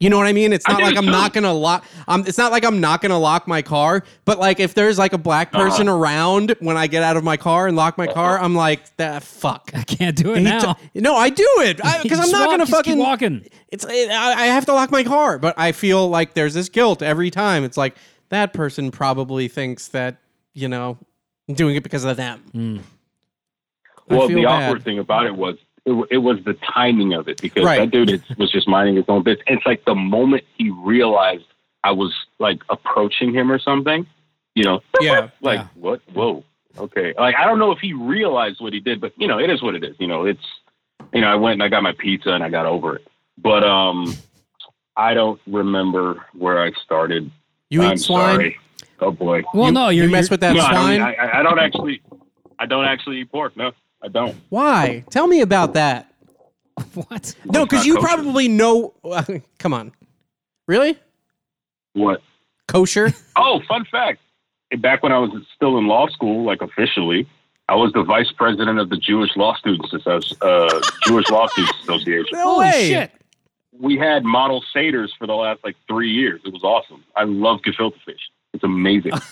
[SPEAKER 3] You know what I mean? It's
[SPEAKER 9] I
[SPEAKER 3] not
[SPEAKER 9] do
[SPEAKER 3] like I'm
[SPEAKER 9] too.
[SPEAKER 3] not gonna lock. Um, it's not like I'm not gonna lock my car. But like, if there's like a black
[SPEAKER 2] Uh-huh.
[SPEAKER 3] person around when I get out of my car and lock my car, I'm like, that fuck.
[SPEAKER 2] I can't Uh-huh. do it
[SPEAKER 3] He
[SPEAKER 2] now
[SPEAKER 3] t- no, I do it because I'm
[SPEAKER 2] Just
[SPEAKER 3] not
[SPEAKER 2] walk,
[SPEAKER 3] gonna
[SPEAKER 2] just keep
[SPEAKER 3] fucking.
[SPEAKER 2] walking.
[SPEAKER 3] It's I, I have to lock my car, but I feel like there's this guilt every time. It's like that person probably thinks that you know I'm doing it because of them. I
[SPEAKER 9] Well,
[SPEAKER 3] feel
[SPEAKER 9] the
[SPEAKER 3] bad.
[SPEAKER 9] awkward thing about it was it, w- it was the timing of it because
[SPEAKER 3] Right.
[SPEAKER 9] that dude is, was just minding his own business. And it's like the moment he realized I was like approaching him or something. You know,
[SPEAKER 3] Yeah.
[SPEAKER 9] like
[SPEAKER 2] Yeah.
[SPEAKER 9] what? Whoa. Okay. Like I don't know if he realized what he did, but you know, it is what it is. You know, it's you know, I went and I got my pizza and I got over it. But um I don't remember where I started.
[SPEAKER 3] You
[SPEAKER 9] I'm
[SPEAKER 3] eat swine.
[SPEAKER 9] Sorry. Oh boy.
[SPEAKER 2] Well,
[SPEAKER 3] You-
[SPEAKER 2] no,
[SPEAKER 3] you
[SPEAKER 2] you're,
[SPEAKER 3] mess
[SPEAKER 2] you're-
[SPEAKER 3] with that
[SPEAKER 9] no,
[SPEAKER 3] swine.
[SPEAKER 9] I, don't, I, I don't actually I don't actually eat pork. No, I don't.
[SPEAKER 3] Why? Tell me about that.
[SPEAKER 2] what?
[SPEAKER 3] No, because
[SPEAKER 9] not
[SPEAKER 3] you
[SPEAKER 9] kosher.
[SPEAKER 3] probably know. come on, really?
[SPEAKER 9] What?
[SPEAKER 3] Kosher?
[SPEAKER 9] Oh, fun fact. Back when I was still in law school, like officially, I was the vice president of the Jewish Law Students Asso- uh, Jewish Law Students Association.
[SPEAKER 3] No
[SPEAKER 2] Holy
[SPEAKER 3] way.
[SPEAKER 2] shit.
[SPEAKER 9] We had model satyrs for the last like three years. It was awesome. I love gefilte fish. It's amazing.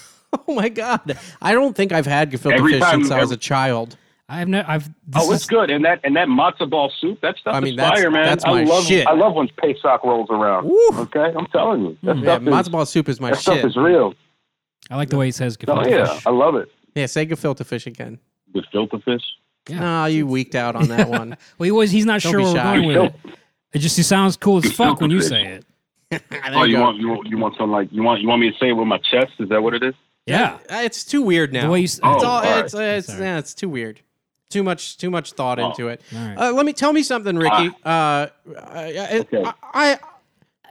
[SPEAKER 3] Oh my god! I don't think I've had gefilte
[SPEAKER 9] Every
[SPEAKER 3] fish
[SPEAKER 9] time-
[SPEAKER 3] since I was
[SPEAKER 9] every-
[SPEAKER 3] a child.
[SPEAKER 2] I've never. I've. This
[SPEAKER 9] oh, it's
[SPEAKER 2] is-
[SPEAKER 9] good. And that and that matzo ball soup. That stuff
[SPEAKER 3] I
[SPEAKER 9] I
[SPEAKER 3] mean,
[SPEAKER 9] is
[SPEAKER 3] that's-
[SPEAKER 9] fire, man.
[SPEAKER 3] that's my
[SPEAKER 9] I love
[SPEAKER 3] shit.
[SPEAKER 9] I love when pesach rolls around.
[SPEAKER 3] Woo. Mm.
[SPEAKER 9] Okay, I'm telling you, that
[SPEAKER 3] Yeah,
[SPEAKER 9] stuff is
[SPEAKER 3] matzo ball soup is my
[SPEAKER 9] that stuff
[SPEAKER 3] shit.
[SPEAKER 9] is real.
[SPEAKER 2] I like the way he says
[SPEAKER 9] Oh
[SPEAKER 2] gefilte
[SPEAKER 9] yeah,
[SPEAKER 2] fish.
[SPEAKER 9] I love it.
[SPEAKER 3] Yeah, say gefilte fish again.
[SPEAKER 9] Gefilte fish.
[SPEAKER 2] Yeah.
[SPEAKER 3] No, you weaked out on that one.
[SPEAKER 2] Well, he was. He's not
[SPEAKER 3] Don't
[SPEAKER 2] sure
[SPEAKER 3] be
[SPEAKER 2] where we're
[SPEAKER 3] shy.
[SPEAKER 2] going with it. It just he sounds cool as fuck when you
[SPEAKER 9] Gefilte
[SPEAKER 2] say it.
[SPEAKER 9] Oh, you want you want you want something like you want you want me to say it with my chest? Is that what it is?
[SPEAKER 2] Yeah.
[SPEAKER 3] Uh, It's too weird now.
[SPEAKER 2] The way you. s-
[SPEAKER 9] Oh,
[SPEAKER 3] it's all.
[SPEAKER 9] all right.
[SPEAKER 3] It's, it's,
[SPEAKER 2] Sorry.
[SPEAKER 3] yeah, it's too weird. Too much. Too much thought
[SPEAKER 9] Oh. Ah.
[SPEAKER 3] into it.
[SPEAKER 2] All right.
[SPEAKER 3] Uh, let me tell me something, Ricky. Uh, I, I,
[SPEAKER 9] Okay.
[SPEAKER 3] I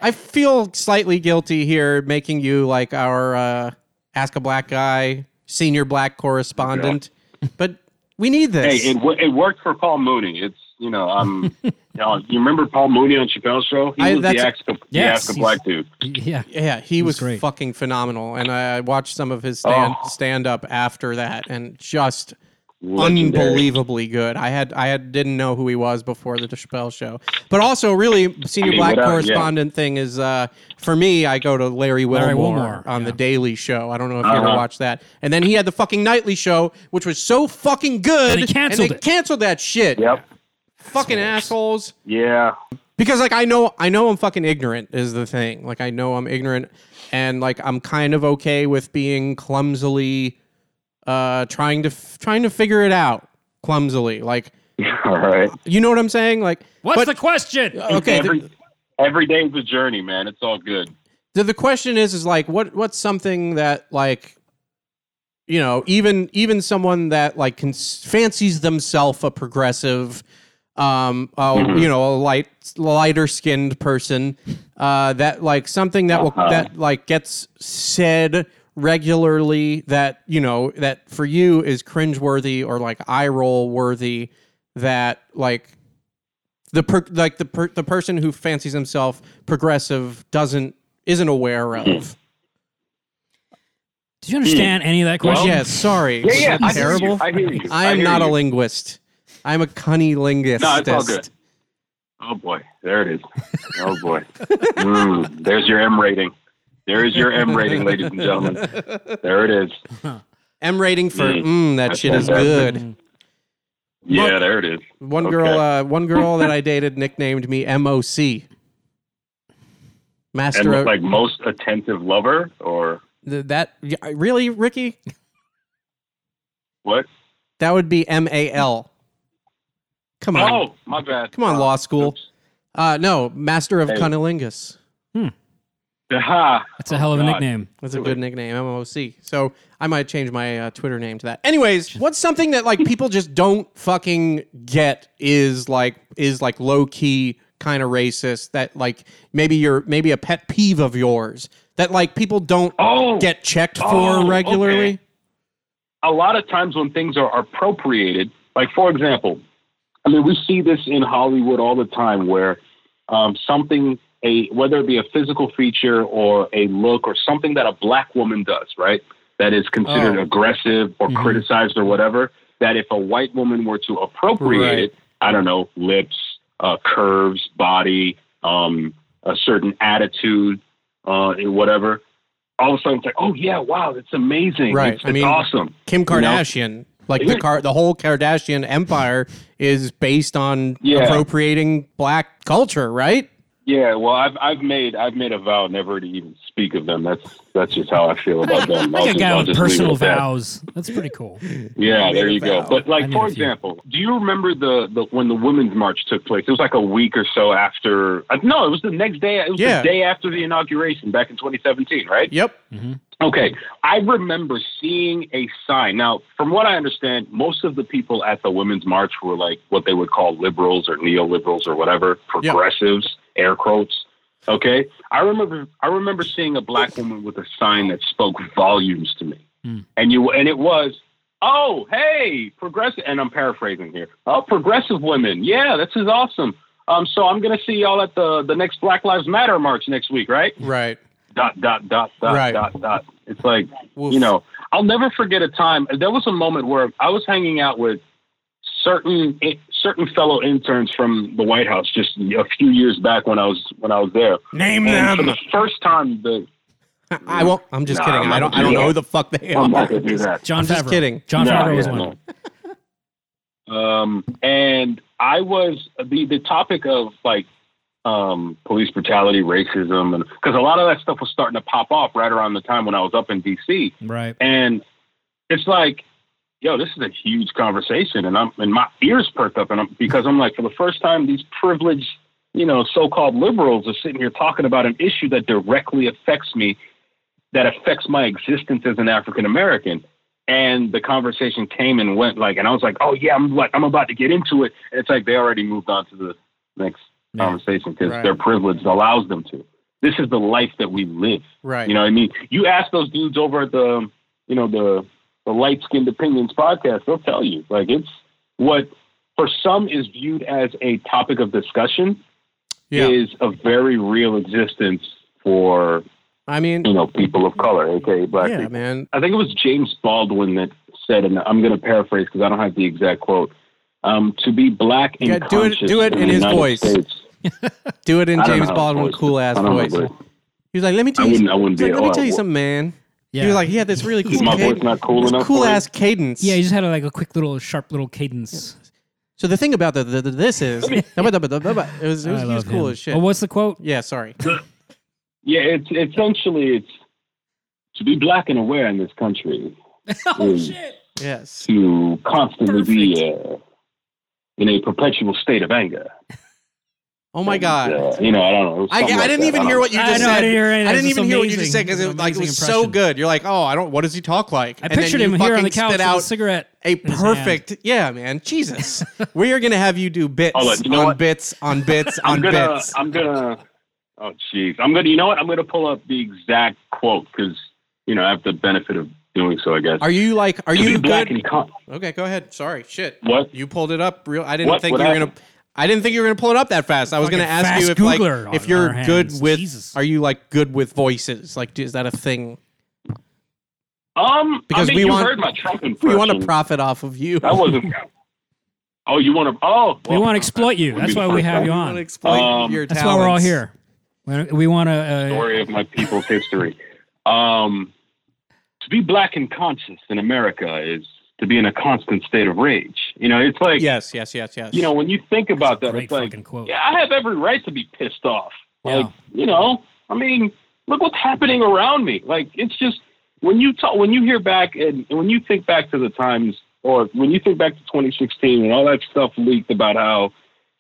[SPEAKER 3] I feel slightly guilty here, making you like our uh, ask a black guy senior black correspondent, but we need this.
[SPEAKER 9] Hey, it wo- it worked for Paul Mooney. It's you know I'm. you, know, you remember Paul Mooney on Chappelle's show? He
[SPEAKER 3] I-
[SPEAKER 9] was the
[SPEAKER 3] that's-
[SPEAKER 9] ask the
[SPEAKER 2] Yes,
[SPEAKER 9] ask a
[SPEAKER 2] he's-
[SPEAKER 9] black dude.
[SPEAKER 2] yeah.
[SPEAKER 3] yeah, he
[SPEAKER 2] was
[SPEAKER 3] was,
[SPEAKER 2] great.
[SPEAKER 3] fucking phenomenal, and I I watched some of his stand
[SPEAKER 9] Oh.
[SPEAKER 3] stand up after that, and just
[SPEAKER 9] Legendary.
[SPEAKER 3] unbelievably good. I had I had didn't know who he was before the Chappelle show, but also really senior
[SPEAKER 9] I mean,
[SPEAKER 3] black
[SPEAKER 9] without- yeah.
[SPEAKER 3] correspondent thing is uh, for me. I go to Larry Wilmore,
[SPEAKER 2] Larry Wilmore,
[SPEAKER 3] on the
[SPEAKER 2] yeah.
[SPEAKER 3] Daily Show. I don't know if you ever
[SPEAKER 9] Uh-huh.
[SPEAKER 3] watched that, and then he had the fucking nightly show, which was so fucking good,
[SPEAKER 2] And they canceled
[SPEAKER 3] they
[SPEAKER 2] it.
[SPEAKER 3] canceled that shit.
[SPEAKER 9] Yep.
[SPEAKER 3] fucking assholes.
[SPEAKER 9] Yeah.
[SPEAKER 3] Because like I know I know I'm fucking ignorant is the thing. Like I know I'm ignorant, and like I'm kind of okay with being clumsily, uh, trying to f- trying to figure it out clumsily. Like
[SPEAKER 9] All right.
[SPEAKER 3] you know what I'm saying? Like,
[SPEAKER 2] What's
[SPEAKER 3] but-
[SPEAKER 2] the question?
[SPEAKER 3] okay?
[SPEAKER 9] Every,
[SPEAKER 3] The,
[SPEAKER 9] every day is a journey, man. It's all good.
[SPEAKER 3] the, the question is, is like, what what's something that like, you know, even even someone that like can, fancies themselves a progressive, um, uh, you know, a light lighter skinned person, uh, that like something that will
[SPEAKER 9] Uh-huh.
[SPEAKER 3] that like gets said regularly that you know that for you is cringeworthy or like eye roll worthy that like the per, like the per, the person who fancies himself progressive doesn't isn't aware
[SPEAKER 9] Hmm.
[SPEAKER 3] of.
[SPEAKER 2] Did you understand any of that question?
[SPEAKER 3] yeah, sorry.
[SPEAKER 9] Yeah, yeah. I
[SPEAKER 3] That's
[SPEAKER 9] hear you.
[SPEAKER 3] terrible.
[SPEAKER 9] I hear you.
[SPEAKER 3] I am
[SPEAKER 9] hear
[SPEAKER 3] not a
[SPEAKER 9] you.
[SPEAKER 3] linguist. I'm a cunny linguist.
[SPEAKER 9] No, it's all good. Oh boy, there it is. Oh boy. Mm, there's your M rating. There is your M rating, ladies and gentlemen. There it is.
[SPEAKER 3] M rating for mm,
[SPEAKER 9] Mm,
[SPEAKER 3] that
[SPEAKER 9] that's
[SPEAKER 3] shit is
[SPEAKER 9] fantastic.
[SPEAKER 2] Mm,
[SPEAKER 3] good.
[SPEAKER 9] Yeah, there it is.
[SPEAKER 3] One girl,
[SPEAKER 9] Okay.
[SPEAKER 3] uh, one girl that I dated nicknamed me MOC.
[SPEAKER 9] And
[SPEAKER 3] Master of
[SPEAKER 9] like most attentive lover or
[SPEAKER 3] th- that yeah, really, Ricky?
[SPEAKER 9] what?
[SPEAKER 3] That would be M A L. Come on.
[SPEAKER 9] Oh, my bad.
[SPEAKER 3] Come on, law school.
[SPEAKER 9] Oops.
[SPEAKER 3] Uh, no, Master of
[SPEAKER 9] Hey.
[SPEAKER 3] Cunnilingus.
[SPEAKER 9] Aha.
[SPEAKER 2] That's a hell of a
[SPEAKER 9] God.
[SPEAKER 2] nickname.
[SPEAKER 3] That's a good nickname, MOC. So I might change my uh, Twitter name to that. Anyways, what's something that like people just don't fucking get is like is like low key kind of racist that like maybe you're maybe a pet peeve of yours that like people don't
[SPEAKER 9] Oh.
[SPEAKER 3] get checked
[SPEAKER 9] Oh,
[SPEAKER 3] for regularly.
[SPEAKER 9] okay. a lot of times when things are appropriated, like for example, I mean, we see this in Hollywood all the time where um, something, a whether it be a physical feature or a look or something that a black woman does, right, that is considered
[SPEAKER 3] Oh.
[SPEAKER 9] aggressive or criticized or whatever, that if a white woman were to appropriate
[SPEAKER 3] Right.
[SPEAKER 9] it, I don't know, lips, uh, curves, body, um, a certain attitude, uh, and whatever. All of a sudden, it's like, oh yeah, wow, that's amazing,
[SPEAKER 3] Right.
[SPEAKER 9] It's-
[SPEAKER 3] I
[SPEAKER 9] it's
[SPEAKER 3] mean,
[SPEAKER 9] awesome.
[SPEAKER 3] Kim
[SPEAKER 9] You know?
[SPEAKER 3] Kardashian, like the car, the whole Kardashian empire is based on
[SPEAKER 9] Yeah.
[SPEAKER 3] appropriating black culture, right?
[SPEAKER 9] Yeah, well, I've I've made I've made a vow never to even speak of them. That's that's just how I feel about them.
[SPEAKER 2] I got
[SPEAKER 9] I'll
[SPEAKER 2] a
[SPEAKER 9] just-
[SPEAKER 2] guy
[SPEAKER 9] I'll
[SPEAKER 2] with
[SPEAKER 9] just leave it
[SPEAKER 2] personal
[SPEAKER 9] at that.
[SPEAKER 2] vows. That's pretty cool.
[SPEAKER 9] Yeah, there you go. But
[SPEAKER 2] I
[SPEAKER 9] like
[SPEAKER 2] need a
[SPEAKER 9] for
[SPEAKER 2] few.
[SPEAKER 9] example, do you remember the, the when the women's march took place? It was like a week or so after. uh, No, it was the next day. It was
[SPEAKER 3] Yeah.
[SPEAKER 9] the day after the inauguration back in 2017, right?
[SPEAKER 3] Yep.
[SPEAKER 9] Okay, I remember seeing a sign. Now, from what I understand, most of the people at the women's march were like what they would call liberals or neoliberals or whatever,
[SPEAKER 3] Yeah.
[SPEAKER 9] progressives, air quotes. Okay, I remember I remember seeing a black woman with a sign that spoke volumes to me, and you and it was. Oh, hey, progressive, and I'm paraphrasing here. Oh, progressive women. Yeah, this is awesome. Um, so I'm going to see y'all at the, the next Black Lives Matter march next week, right?
[SPEAKER 3] Right.
[SPEAKER 9] dot dot dot dot
[SPEAKER 3] Right.
[SPEAKER 9] dot dot. It's like
[SPEAKER 3] Woof.
[SPEAKER 9] you know, I'll never forget a time. There was a moment where I was hanging out with certain eh, certain fellow interns from the White House just a few years back when I was when I was there.
[SPEAKER 3] Name
[SPEAKER 9] And for
[SPEAKER 3] them.
[SPEAKER 9] the first time, the
[SPEAKER 3] I won't. I'm just
[SPEAKER 9] Nah,
[SPEAKER 3] kidding.
[SPEAKER 9] I'm
[SPEAKER 3] I
[SPEAKER 9] not
[SPEAKER 3] don't.
[SPEAKER 9] gonna
[SPEAKER 3] I don't know
[SPEAKER 9] do that. Um,
[SPEAKER 3] who the fuck they
[SPEAKER 9] I'm
[SPEAKER 3] are.
[SPEAKER 9] not gonna do that.
[SPEAKER 2] John
[SPEAKER 3] I'm just
[SPEAKER 2] Favreau.
[SPEAKER 3] kidding.
[SPEAKER 2] John
[SPEAKER 9] No,
[SPEAKER 2] Favreau was
[SPEAKER 9] yeah,
[SPEAKER 2] one.
[SPEAKER 9] no. Um, and I was the the topic of like um, police brutality, racism, and because a lot of that stuff was starting to pop off right around the time when I was up in D.C.
[SPEAKER 2] Right.
[SPEAKER 9] And it's like, yo, this is a huge conversation, and I'm and my ears perk up, and I'm because I'm like, for the first time, these privileged, you know, so-called liberals are sitting here talking about an issue that directly affects me, that affects my existence as an African American. And the conversation came and went like, and I was like, oh yeah, I'm like, I'm about to get into it. And it's like they already moved on to the next
[SPEAKER 2] Yeah.
[SPEAKER 9] conversation because
[SPEAKER 3] Right.
[SPEAKER 9] their privilege allows them to. This is the life that we live.
[SPEAKER 3] Right.
[SPEAKER 9] You know what I mean? You ask those dudes over at the, you know, the the light skinned opinions podcast, they'll tell you. Like it's what for some is viewed as a topic of discussion
[SPEAKER 3] yeah.
[SPEAKER 9] is a very real existence for,
[SPEAKER 3] I mean,
[SPEAKER 9] you know, people of color, aka black
[SPEAKER 3] yeah,
[SPEAKER 9] people.
[SPEAKER 3] man.
[SPEAKER 9] I think it was James Baldwin that said, and I'm going to paraphrase because I don't have the exact quote. Um, to be black and
[SPEAKER 3] Yeah, do it-
[SPEAKER 9] conscious
[SPEAKER 3] do it in
[SPEAKER 9] the
[SPEAKER 3] his
[SPEAKER 9] United
[SPEAKER 3] voice.
[SPEAKER 9] States-
[SPEAKER 3] Do it in
[SPEAKER 9] I don't
[SPEAKER 3] James
[SPEAKER 9] know how
[SPEAKER 3] Baldwin
[SPEAKER 9] voice-
[SPEAKER 3] cool ass
[SPEAKER 9] I don't know,
[SPEAKER 3] voice.
[SPEAKER 9] but
[SPEAKER 3] He's like, let me tell
[SPEAKER 9] I
[SPEAKER 3] you.
[SPEAKER 9] wouldn't- I wouldn't
[SPEAKER 3] he's
[SPEAKER 9] be-
[SPEAKER 3] like, let me
[SPEAKER 9] oh,
[SPEAKER 3] tell you
[SPEAKER 9] I-
[SPEAKER 3] something, man.
[SPEAKER 2] Yeah.
[SPEAKER 3] He was like, yeah, that's really cool.
[SPEAKER 9] Is my
[SPEAKER 3] cadence-
[SPEAKER 9] voice not cool
[SPEAKER 3] this
[SPEAKER 9] enough
[SPEAKER 3] Cool
[SPEAKER 9] for you?
[SPEAKER 3] ass cadence.
[SPEAKER 2] Yeah, he just had like a quick little sharp little cadence.
[SPEAKER 3] So the thing about the, the, the this is, it was, it was,
[SPEAKER 2] I
[SPEAKER 3] he was
[SPEAKER 2] love
[SPEAKER 3] cool
[SPEAKER 2] him.
[SPEAKER 3] as shit.
[SPEAKER 2] Oh, what's the quote?
[SPEAKER 3] yeah, sorry.
[SPEAKER 9] Yeah, it's essentially it's to be black and aware in this country is
[SPEAKER 3] Yes.
[SPEAKER 9] to constantly be uh, in a perpetual state of anger.
[SPEAKER 3] Oh my
[SPEAKER 9] And,
[SPEAKER 3] god.
[SPEAKER 9] uh, you know, I don't know.
[SPEAKER 3] I, I didn't even hear what you
[SPEAKER 2] I
[SPEAKER 3] just
[SPEAKER 2] know,
[SPEAKER 3] said.
[SPEAKER 2] I didn't hear it. It's
[SPEAKER 3] I didn't even
[SPEAKER 2] just
[SPEAKER 3] hear what you just
[SPEAKER 2] amazing.
[SPEAKER 3] said because
[SPEAKER 2] It's
[SPEAKER 3] it,
[SPEAKER 2] an
[SPEAKER 3] like, it
[SPEAKER 2] amazing
[SPEAKER 3] was so
[SPEAKER 2] impression.
[SPEAKER 3] good. You're like, oh, I don't. What does he talk like?
[SPEAKER 2] I
[SPEAKER 3] And then
[SPEAKER 2] pictured
[SPEAKER 3] you
[SPEAKER 2] him here on
[SPEAKER 3] fucking
[SPEAKER 2] the couch
[SPEAKER 3] spit
[SPEAKER 2] with a
[SPEAKER 3] out
[SPEAKER 2] cigarette.
[SPEAKER 3] a
[SPEAKER 2] in his hand.
[SPEAKER 3] perfect. Yeah, man. Jesus, we are gonna have you do bits
[SPEAKER 9] Hold on, you know
[SPEAKER 3] on
[SPEAKER 9] what?
[SPEAKER 3] bits on bits
[SPEAKER 9] I'm
[SPEAKER 3] on
[SPEAKER 9] gonna.
[SPEAKER 3] bits.
[SPEAKER 9] I'm gonna. Oh, jeez. I'm gonna. You know what? I'm gonna pull up the exact quote because you know I have the benefit of doing so. I guess.
[SPEAKER 3] Are you like? Are
[SPEAKER 9] to be
[SPEAKER 3] you
[SPEAKER 9] black
[SPEAKER 3] good?
[SPEAKER 9] and con-
[SPEAKER 3] Okay, go ahead. Sorry, shit.
[SPEAKER 9] What?
[SPEAKER 3] You pulled it up real. I didn't
[SPEAKER 9] What?
[SPEAKER 3] think
[SPEAKER 9] What
[SPEAKER 3] you were
[SPEAKER 9] happened?
[SPEAKER 3] gonna. I didn't think you were gonna pull it up that fast. I was gonna
[SPEAKER 2] Fucking
[SPEAKER 3] ask you
[SPEAKER 2] fast
[SPEAKER 3] if like
[SPEAKER 2] Googler on
[SPEAKER 3] if you're
[SPEAKER 2] our
[SPEAKER 3] good
[SPEAKER 2] hands.
[SPEAKER 3] with.
[SPEAKER 2] Jesus.
[SPEAKER 3] Are you like good with voices? Like, do, is that a thing?
[SPEAKER 9] Um,
[SPEAKER 3] Because
[SPEAKER 9] I mean,
[SPEAKER 3] we
[SPEAKER 9] you
[SPEAKER 3] want-
[SPEAKER 9] heard my Trump impression.
[SPEAKER 3] We want to profit off of you.
[SPEAKER 9] That wasn't. Oh, you want to? Oh,
[SPEAKER 2] We
[SPEAKER 9] well,
[SPEAKER 2] want to exploit you. That's why we have you
[SPEAKER 3] want to
[SPEAKER 2] on.
[SPEAKER 3] exploit
[SPEAKER 9] Um,
[SPEAKER 3] your
[SPEAKER 2] That's why we're all
[SPEAKER 3] talents.
[SPEAKER 2] here. We- We want to. Uh,
[SPEAKER 9] story of my people's history. Um, to be black and conscious in America is to be in a constant state of rage. You know, it's like,
[SPEAKER 3] Yes, yes, yes, yes.
[SPEAKER 9] you know, when you think about that,
[SPEAKER 2] great
[SPEAKER 9] it's like,
[SPEAKER 2] fucking quote.
[SPEAKER 9] yeah, I have every right to be pissed off. Like,
[SPEAKER 2] Yeah.
[SPEAKER 9] you know, I mean, look what's happening around me. Like, it's just when you talk, when you hear back and and when you think back to the times, or when you think back to 2016 and all that stuff leaked about how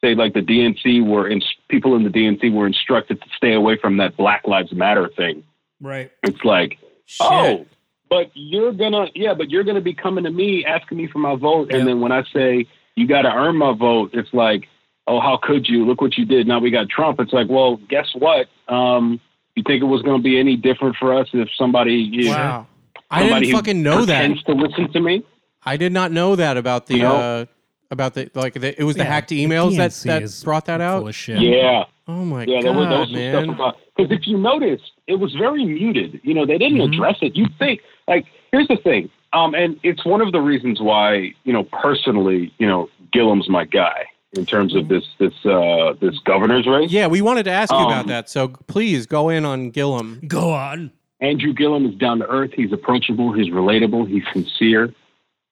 [SPEAKER 9] say like the DNC were in, people in the DNC were instructed to stay away from that Black Lives Matter thing.
[SPEAKER 2] right.
[SPEAKER 9] It's like,
[SPEAKER 3] Shit.
[SPEAKER 9] oh, but you're gonna, yeah, but you're gonna be coming to me asking me for my vote,
[SPEAKER 2] Yep.
[SPEAKER 9] and then when I say you got to earn my vote, it's like, oh, how could you? Look what you did. Now we got Trump. It's like, well, guess what? Um, you think it was gonna be any different for us if somebody, you
[SPEAKER 3] Wow. I
[SPEAKER 9] somebody
[SPEAKER 3] didn't
[SPEAKER 9] who
[SPEAKER 3] fucking know that.
[SPEAKER 9] pretends to listen to me?
[SPEAKER 3] I did not know that about the
[SPEAKER 9] You know?
[SPEAKER 3] uh, about the like the, it was the
[SPEAKER 2] Yeah,
[SPEAKER 3] hacked
[SPEAKER 2] the
[SPEAKER 3] emails that
[SPEAKER 2] DNC
[SPEAKER 3] that
[SPEAKER 2] is
[SPEAKER 3] brought that
[SPEAKER 2] Full
[SPEAKER 3] out.
[SPEAKER 2] of shit.
[SPEAKER 9] Yeah.
[SPEAKER 3] Oh my
[SPEAKER 9] Yeah, there was, there
[SPEAKER 3] god,
[SPEAKER 9] was some stuff
[SPEAKER 3] man!
[SPEAKER 9] about because if you notice, it was very muted. You know, they didn't
[SPEAKER 3] Mm-hmm.
[SPEAKER 9] address it. You think like here's the thing, um, and it's one of the reasons why you know personally, you know, Gillum's my guy in terms
[SPEAKER 3] Mm-hmm.
[SPEAKER 9] of this this uh, this governor's race.
[SPEAKER 3] Yeah, we wanted to ask you about
[SPEAKER 9] Um,
[SPEAKER 3] that, so please go in on Gillum.
[SPEAKER 2] Go on.
[SPEAKER 9] Andrew Gillum is down to earth. He's approachable. He's relatable. He's sincere.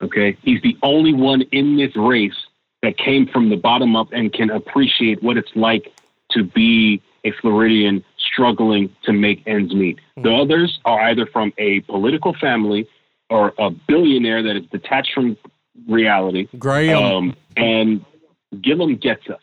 [SPEAKER 9] Okay, he's the only one in this race that came from the bottom up and can appreciate what it's like to be a Floridian struggling to make ends meet. The others are either from a political family or a billionaire that is detached from reality.
[SPEAKER 3] Graham.
[SPEAKER 9] Um, and Gillum gets us.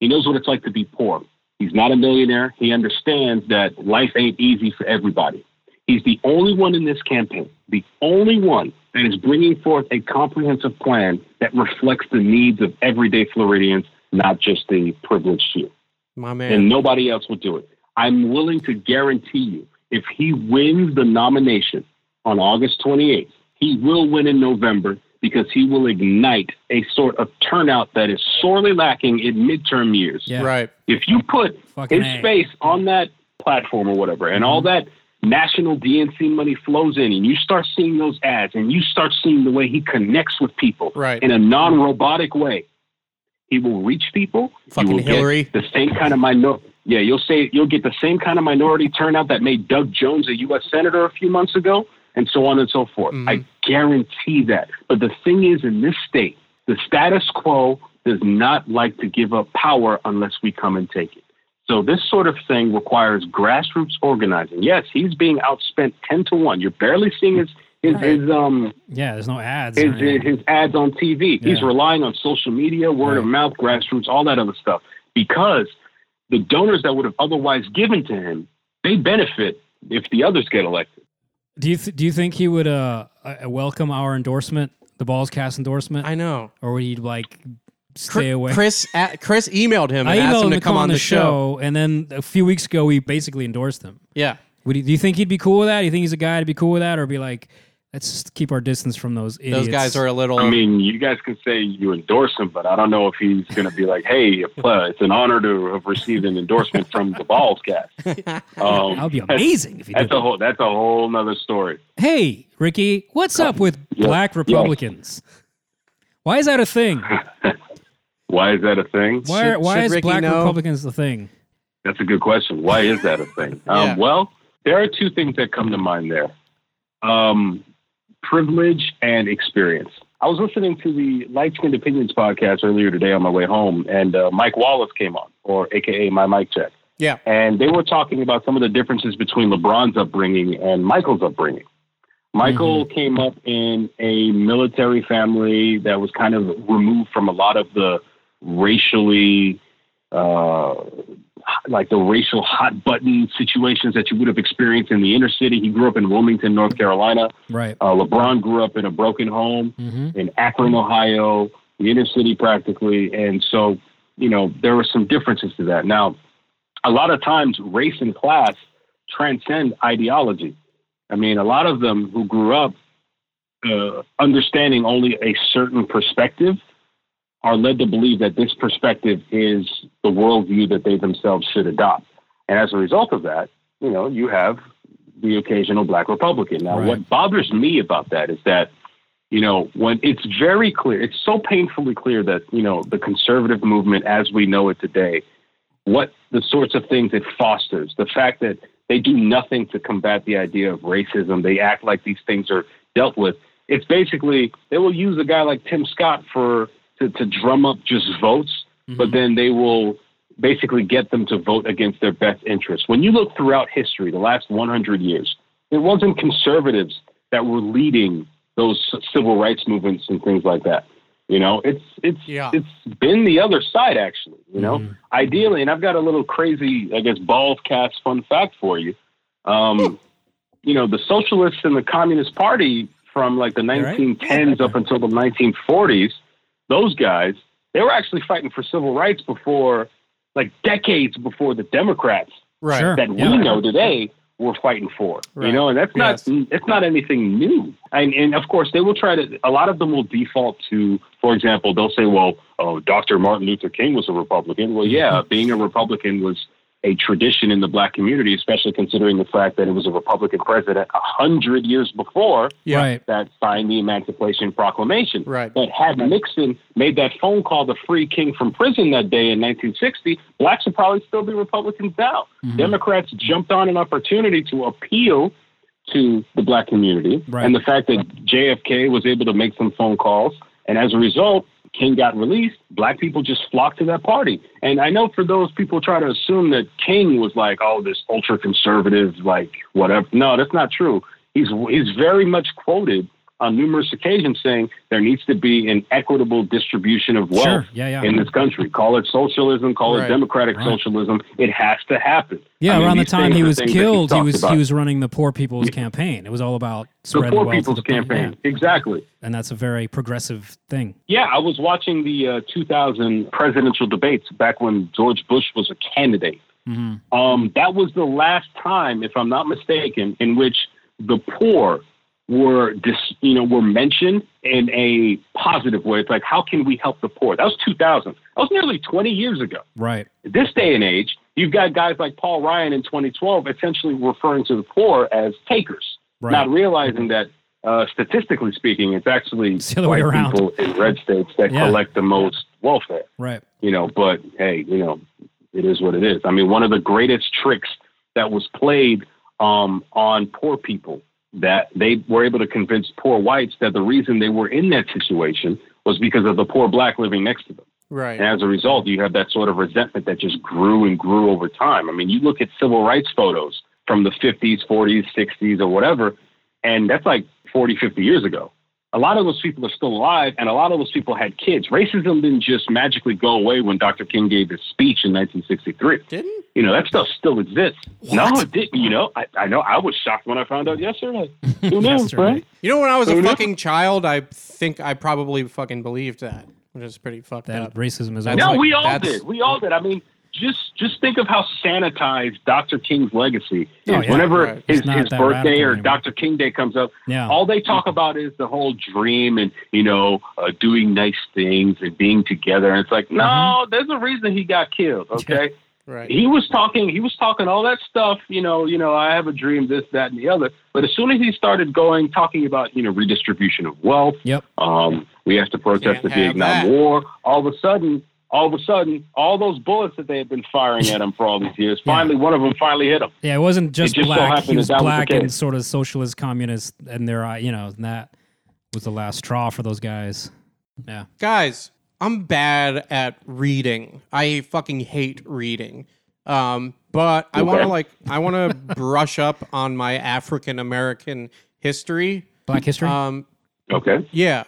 [SPEAKER 9] He knows what it's like to be poor. He's not a millionaire. He understands that life ain't easy for everybody. He's the only one in this campaign, the only one that is bringing forth a comprehensive plan that reflects the needs of everyday Floridians, not just the privileged few
[SPEAKER 3] my
[SPEAKER 9] and
[SPEAKER 3] man.
[SPEAKER 9] nobody else will do it. I'm willing to guarantee you, if he wins the nomination on August 28th, he will win in November because he will ignite a sort of turnout that is sorely lacking in midterm years.
[SPEAKER 2] Yeah.
[SPEAKER 3] Right.
[SPEAKER 9] If you put
[SPEAKER 2] Fucking
[SPEAKER 9] his
[SPEAKER 2] A.
[SPEAKER 9] face on that platform or whatever, and all that national DNC money flows in, and you start seeing those ads, and you start seeing the way he connects with people
[SPEAKER 3] Right.
[SPEAKER 9] in a non-robotic way, he will reach people. He
[SPEAKER 3] Fucking
[SPEAKER 9] will get
[SPEAKER 3] Hillary.
[SPEAKER 9] the same kind of minor. Yeah, you'll say you'll get the same kind of minority turnout that made Doug Jones a U.S. senator a few months ago, and so on and so forth. I guarantee that. But the thing is, in this state, the status quo does not like to give up power unless we come and take it. So this sort of thing requires grassroots organizing. Yes, he's being outspent ten to one. You're barely seeing his his, his um
[SPEAKER 2] Yeah, there's no ads.
[SPEAKER 9] his,
[SPEAKER 2] or anything.
[SPEAKER 9] his ads on TV. He's
[SPEAKER 2] Yeah.
[SPEAKER 9] relying on social media, word of mouth, grassroots, all that other stuff. Because the donors that would have otherwise given to him, they benefit if the others get elected.
[SPEAKER 2] Do you th- do you think he would uh, uh, welcome our endorsement, the Balls Cast endorsement,
[SPEAKER 3] I know.
[SPEAKER 2] or would he like
[SPEAKER 3] Cr-
[SPEAKER 2] stay away?
[SPEAKER 3] Chris at, Chris emailed him and
[SPEAKER 2] I
[SPEAKER 3] asked
[SPEAKER 2] emailed
[SPEAKER 3] him to
[SPEAKER 2] to
[SPEAKER 3] come on the, show.
[SPEAKER 2] and then a few weeks ago we basically endorsed him.
[SPEAKER 3] Yeah.
[SPEAKER 2] Would he, do you think he'd be cool with that? Do you think he's a guy to be cool with that, or be like, let's just keep our distance from those idiots?
[SPEAKER 3] Those guys are a little
[SPEAKER 9] I mean, you guys can say you endorse him, but I don't know if he's going to be like, "Hey, uh, it's an honor to have received an endorsement from the Balls Cast." Um,
[SPEAKER 2] That would be
[SPEAKER 9] that's-
[SPEAKER 2] amazing if he did.
[SPEAKER 9] That's a whole. That's a whole nother story.
[SPEAKER 2] Hey, Ricky, what's up with
[SPEAKER 9] yeah,
[SPEAKER 2] black
[SPEAKER 9] yeah.
[SPEAKER 2] Republicans? Why is that a thing?
[SPEAKER 9] Why is that a thing?
[SPEAKER 2] Why
[SPEAKER 3] Should-
[SPEAKER 2] are, why
[SPEAKER 3] should
[SPEAKER 2] is
[SPEAKER 3] Ricky
[SPEAKER 2] black
[SPEAKER 3] know?
[SPEAKER 2] Republicans the thing?
[SPEAKER 9] That's a good question. Why is that a thing?
[SPEAKER 3] Yeah.
[SPEAKER 9] um, well, there are two things that come to mind there um, privilege and experience. I was listening to the Light Skinned Opinions podcast earlier today on my way home, and uh, Mike Wallace came on, or AKA My Mic Check.
[SPEAKER 3] Yeah.
[SPEAKER 9] And they were talking about some of the differences between LeBron's upbringing and Michael's upbringing. Michael
[SPEAKER 3] Mm-hmm.
[SPEAKER 9] came up in a military family that was kind of removed from a lot of the racially uh, like the racial hot button situations that you would have experienced in the inner city. He grew up in Wilmington, North Carolina.
[SPEAKER 2] Right.
[SPEAKER 9] Uh, LeBron grew up in a broken home
[SPEAKER 2] Mm-hmm.
[SPEAKER 9] in Akron, Ohio, the inner city practically. And so, you know, there were some differences to that. Now, a lot of times race and class transcend ideology. I mean, a lot of them who grew up uh, understanding only a certain perspective are led to believe that this perspective is the worldview that they themselves should adopt. And as a result of that, you know, you have the occasional black Republican. Now,
[SPEAKER 2] Right.
[SPEAKER 9] what bothers me about that is that, you know, when it's very clear, it's so painfully clear that, you know, the conservative movement as we know it today, what the sorts of things it fosters, the fact that they do nothing to combat the idea of racism, they act like these things are dealt with. It's basically they will use a guy like Tim Scott for to, to drum up just votes, but then they will basically get them to vote against their best interests. When you look throughout history, the last 100 years, it wasn't conservatives that were leading those civil rights movements and things like that. You know, it's it's
[SPEAKER 3] Yeah.
[SPEAKER 9] it's been the other side actually. You know, ideally, and I've got a little crazy, I guess, bald cast fun fact for you. Um, you know, the socialists and the communist party from like the 1910s up until the 1940s, those guys, they were actually fighting for civil rights before, like decades before the Democrats
[SPEAKER 3] right.
[SPEAKER 2] Sure.
[SPEAKER 9] that
[SPEAKER 2] Yeah.
[SPEAKER 9] we know today we're fighting for.
[SPEAKER 3] Right.
[SPEAKER 9] You know, and that's not
[SPEAKER 3] Yes.
[SPEAKER 9] it's not anything new. And and of course they will try to a lot of them will default to, for example, they'll say, Well, oh, Dr. Martin Luther King was a Republican. Well yeah, being a Republican was a tradition in the black community, especially considering the fact that it was a Republican president a hundred years before
[SPEAKER 3] Yeah.
[SPEAKER 2] Right.
[SPEAKER 9] that signed the Emancipation Proclamation.
[SPEAKER 3] Right.
[SPEAKER 9] But had Nixon made that phone call to free King from prison that day in 1960, blacks would probably still be Republicans now. Democrats jumped on an opportunity to appeal to the black community
[SPEAKER 2] Right.
[SPEAKER 9] and the fact that JFK was able to make some phone calls. And as a result, King got released, black people just flocked to that party. And I know for those people try to assume that King was like, oh, this ultra conservative, like whatever. No, that's not true. He's he's very much quoted on numerous occasions saying there needs to be an equitable distribution of wealth
[SPEAKER 2] Sure. Yeah, yeah.
[SPEAKER 9] in this country. Call it socialism, call
[SPEAKER 3] Right.
[SPEAKER 9] it democratic
[SPEAKER 2] Right.
[SPEAKER 9] socialism. It has to happen.
[SPEAKER 2] Yeah,
[SPEAKER 9] I mean,
[SPEAKER 2] around the
[SPEAKER 9] these
[SPEAKER 2] time
[SPEAKER 9] things
[SPEAKER 2] he
[SPEAKER 9] are
[SPEAKER 2] was
[SPEAKER 9] things that
[SPEAKER 2] killed, he
[SPEAKER 9] talked
[SPEAKER 2] was he
[SPEAKER 9] about.
[SPEAKER 2] was running the poor people's campaign. It was all about
[SPEAKER 9] the
[SPEAKER 2] spreading
[SPEAKER 9] poor
[SPEAKER 2] wealth to
[SPEAKER 9] people's
[SPEAKER 2] the poor.
[SPEAKER 9] campaign.
[SPEAKER 2] Yeah.
[SPEAKER 9] Exactly.
[SPEAKER 2] and that's a very progressive thing.
[SPEAKER 9] Yeah, I was watching the uh, 2000 presidential debates back when George Bush was a candidate.
[SPEAKER 2] Mm-hmm.
[SPEAKER 9] Um, that was the last time, if I'm not mistaken, in which the poor were dis- you know were mentioned in a positive way. It's like how can we help the poor? That was 2000. That was nearly 20 years ago
[SPEAKER 2] Right.
[SPEAKER 9] this day and age, you've got guys like Paul Ryan in 2012 essentially referring to the poor as takers,
[SPEAKER 2] Right.
[SPEAKER 9] not realizing that uh, statistically speaking, it's actually
[SPEAKER 2] It's the other way
[SPEAKER 9] white
[SPEAKER 2] around.
[SPEAKER 9] people in red states that
[SPEAKER 2] Yeah.
[SPEAKER 9] collect the most welfare.
[SPEAKER 2] Right.
[SPEAKER 9] You know, but hey, you know, it is what it is. I mean, one of the greatest tricks that was played um, on poor people that they were able to convince poor whites that the reason they were in that situation was because of the poor black living next to them.
[SPEAKER 3] Right.
[SPEAKER 9] And as a result, you have that sort of resentment that just grew and grew over time. I mean, you look at civil rights photos from the 50s, 40s, 60s, or whatever, and that's like 40, 50 years ago. A lot of those people are still alive, and a lot of those people had kids. Racism didn't just magically go away when Dr. King gave his speech in 1963.
[SPEAKER 3] Didn't?
[SPEAKER 9] You know, that stuff still exists. No, it didn't. You know, I, I know I was shocked when I found out yesterday. Who knew,
[SPEAKER 2] Yesterday.
[SPEAKER 9] right?
[SPEAKER 3] You know, when I was
[SPEAKER 9] Who
[SPEAKER 3] a
[SPEAKER 9] knew?
[SPEAKER 3] fucking child, I think I probably fucking believed that, which is pretty fucked
[SPEAKER 2] That
[SPEAKER 3] up.
[SPEAKER 2] racism is over.
[SPEAKER 3] That's
[SPEAKER 9] No,
[SPEAKER 3] like-
[SPEAKER 9] we all
[SPEAKER 3] that's-
[SPEAKER 9] did. We all did. I mean, just just think of how sanitized Dr. King's legacy is.
[SPEAKER 2] Oh, yeah,
[SPEAKER 9] Whenever
[SPEAKER 3] right.
[SPEAKER 9] his,
[SPEAKER 2] It's not
[SPEAKER 9] his
[SPEAKER 2] that
[SPEAKER 9] birthday
[SPEAKER 2] radical
[SPEAKER 9] or
[SPEAKER 2] anymore.
[SPEAKER 9] Dr. King Day comes up,
[SPEAKER 2] Yeah.
[SPEAKER 9] all they talk about is the whole dream and you know uh, doing nice things and being together. And it's like, no,
[SPEAKER 2] Uh-huh.
[SPEAKER 9] there's a reason he got killed. Okay,
[SPEAKER 3] Right.
[SPEAKER 9] he was talking, he was talking all that stuff. You know, you know, I have a dream, this, that, and the other. But as soon as he started going talking about you know redistribution of wealth,
[SPEAKER 2] Yep.
[SPEAKER 9] um, we have to
[SPEAKER 3] Can't
[SPEAKER 9] protest the
[SPEAKER 3] have
[SPEAKER 9] Vietnam
[SPEAKER 3] that.
[SPEAKER 9] War. All of a sudden, all of a sudden, all those bullets that they had been firing at him for all these years, finally, one of them finally hit him.
[SPEAKER 2] Yeah, it wasn't just,
[SPEAKER 9] just so
[SPEAKER 2] black.
[SPEAKER 9] happened
[SPEAKER 2] he
[SPEAKER 9] that
[SPEAKER 2] was
[SPEAKER 9] that was the
[SPEAKER 2] black and
[SPEAKER 9] case.
[SPEAKER 2] sort of socialist, communist, and their eye- you know and that was the last straw for those guys. Yeah.
[SPEAKER 3] guys i'm bad at reading i fucking hate reading um, but i want to
[SPEAKER 9] Okay.
[SPEAKER 3] like i want to brush up on my african american history
[SPEAKER 2] Black history.
[SPEAKER 3] um,
[SPEAKER 9] Okay.
[SPEAKER 3] yeah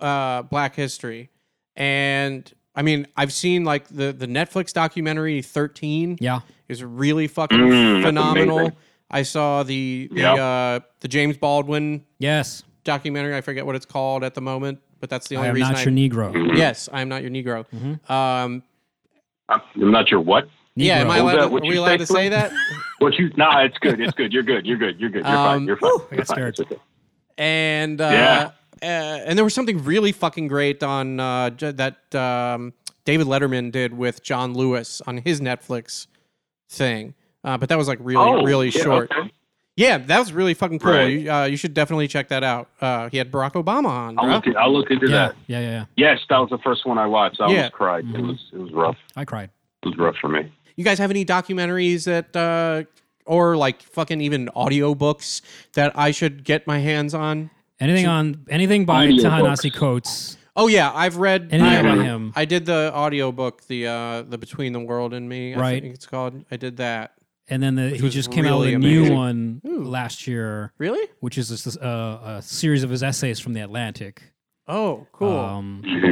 [SPEAKER 3] uh, black history and i mean i've seen like the, the netflix documentary 13
[SPEAKER 2] yeah.
[SPEAKER 3] is really fucking
[SPEAKER 9] Mm, that's
[SPEAKER 3] phenomenal
[SPEAKER 9] amazing.
[SPEAKER 3] i saw the the,
[SPEAKER 9] Yeah.
[SPEAKER 3] uh, the james baldwin
[SPEAKER 2] Yes.
[SPEAKER 3] documentary i forget what it's called at the moment but that's the
[SPEAKER 2] I
[SPEAKER 3] only
[SPEAKER 2] am
[SPEAKER 3] reason
[SPEAKER 2] not
[SPEAKER 3] I,
[SPEAKER 2] your Negro.
[SPEAKER 3] Yes, I am not your Negro. Um,
[SPEAKER 9] I'm not sure what.
[SPEAKER 3] yeah, am I
[SPEAKER 2] Negro.
[SPEAKER 3] allowed
[SPEAKER 9] What was that?
[SPEAKER 3] to,
[SPEAKER 9] What
[SPEAKER 3] are
[SPEAKER 9] you
[SPEAKER 3] we allowed
[SPEAKER 9] said,
[SPEAKER 3] to say
[SPEAKER 9] Clint?
[SPEAKER 3] that?
[SPEAKER 9] What you? Nah, it's good. It's good. You're good. You're good. You're good. You're
[SPEAKER 3] Um,
[SPEAKER 9] fine. You're fine.
[SPEAKER 2] I
[SPEAKER 9] You're
[SPEAKER 2] got
[SPEAKER 9] fine.
[SPEAKER 2] scared.
[SPEAKER 9] It's okay.
[SPEAKER 3] And uh,
[SPEAKER 9] Yeah.
[SPEAKER 3] uh, and there was something really fucking great on uh, j- that um, David Letterman did with John Lewis on his Netflix thing. Uh, but that was like really,
[SPEAKER 9] Oh,
[SPEAKER 3] really
[SPEAKER 9] yeah,
[SPEAKER 3] short.
[SPEAKER 9] okay.
[SPEAKER 3] Yeah, that was really fucking cool.
[SPEAKER 9] Right.
[SPEAKER 3] You, uh, you should definitely check that out. Uh, he had Barack Obama on.
[SPEAKER 9] I'll,
[SPEAKER 3] bruh.
[SPEAKER 9] look, I'll look into
[SPEAKER 2] Yeah.
[SPEAKER 9] that.
[SPEAKER 2] Yeah. Yeah. Yeah.
[SPEAKER 9] Yes, that was the first one I watched. I
[SPEAKER 3] Yeah. Mm-hmm.
[SPEAKER 9] almost cried. It was it was rough.
[SPEAKER 2] I cried.
[SPEAKER 9] It was rough for me.
[SPEAKER 3] You guys have any documentaries that, uh, or like fucking even audiobooks that I should get my hands on?
[SPEAKER 2] Anything on anything by
[SPEAKER 9] Audiobooks.
[SPEAKER 2] Ta-Nehisi Coates?
[SPEAKER 3] Oh yeah, I've read.
[SPEAKER 2] Anything
[SPEAKER 3] I-
[SPEAKER 2] by him?
[SPEAKER 3] I did the audiobook, the uh the Between the World and Me, I
[SPEAKER 2] Right.
[SPEAKER 3] think it's called. I did that.
[SPEAKER 2] And then the, he
[SPEAKER 3] was
[SPEAKER 2] just came out with a
[SPEAKER 3] really
[SPEAKER 2] new
[SPEAKER 3] amazing.
[SPEAKER 2] one last year,
[SPEAKER 3] Really?
[SPEAKER 2] which is just a, a series of his essays from the Atlantic.
[SPEAKER 3] Oh, cool.
[SPEAKER 2] Um,
[SPEAKER 3] Mm-hmm.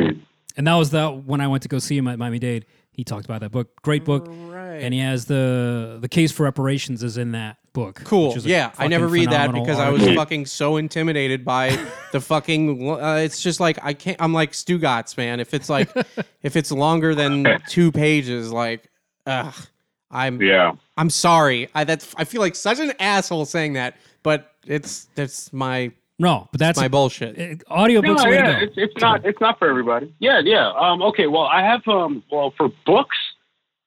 [SPEAKER 2] and that was the when I went to go see him at Miami Dade. He talked about that book, great book,
[SPEAKER 3] Right.
[SPEAKER 2] and he has the the case for reparations is in that book.
[SPEAKER 3] cool.
[SPEAKER 2] which is a
[SPEAKER 3] Yeah, I
[SPEAKER 2] fucking
[SPEAKER 3] never read that
[SPEAKER 2] phenomenal
[SPEAKER 3] because I was
[SPEAKER 2] article.
[SPEAKER 3] fucking so intimidated by the fucking uh, it's just like I can't I'm like Stugatz, man. If it's like if it's longer than 2 pages like ugh, I'm
[SPEAKER 9] Yeah.
[SPEAKER 3] I'm sorry. I that's I feel like such an asshole saying that, but it's that's my
[SPEAKER 2] no, but that's
[SPEAKER 3] my bullshit.
[SPEAKER 2] uh, audiobooks.
[SPEAKER 9] No,
[SPEAKER 2] way
[SPEAKER 9] yeah,
[SPEAKER 2] to go.
[SPEAKER 9] it's, it's not it's not for everybody. Yeah, yeah. Um, okay, well, I have um, well for books,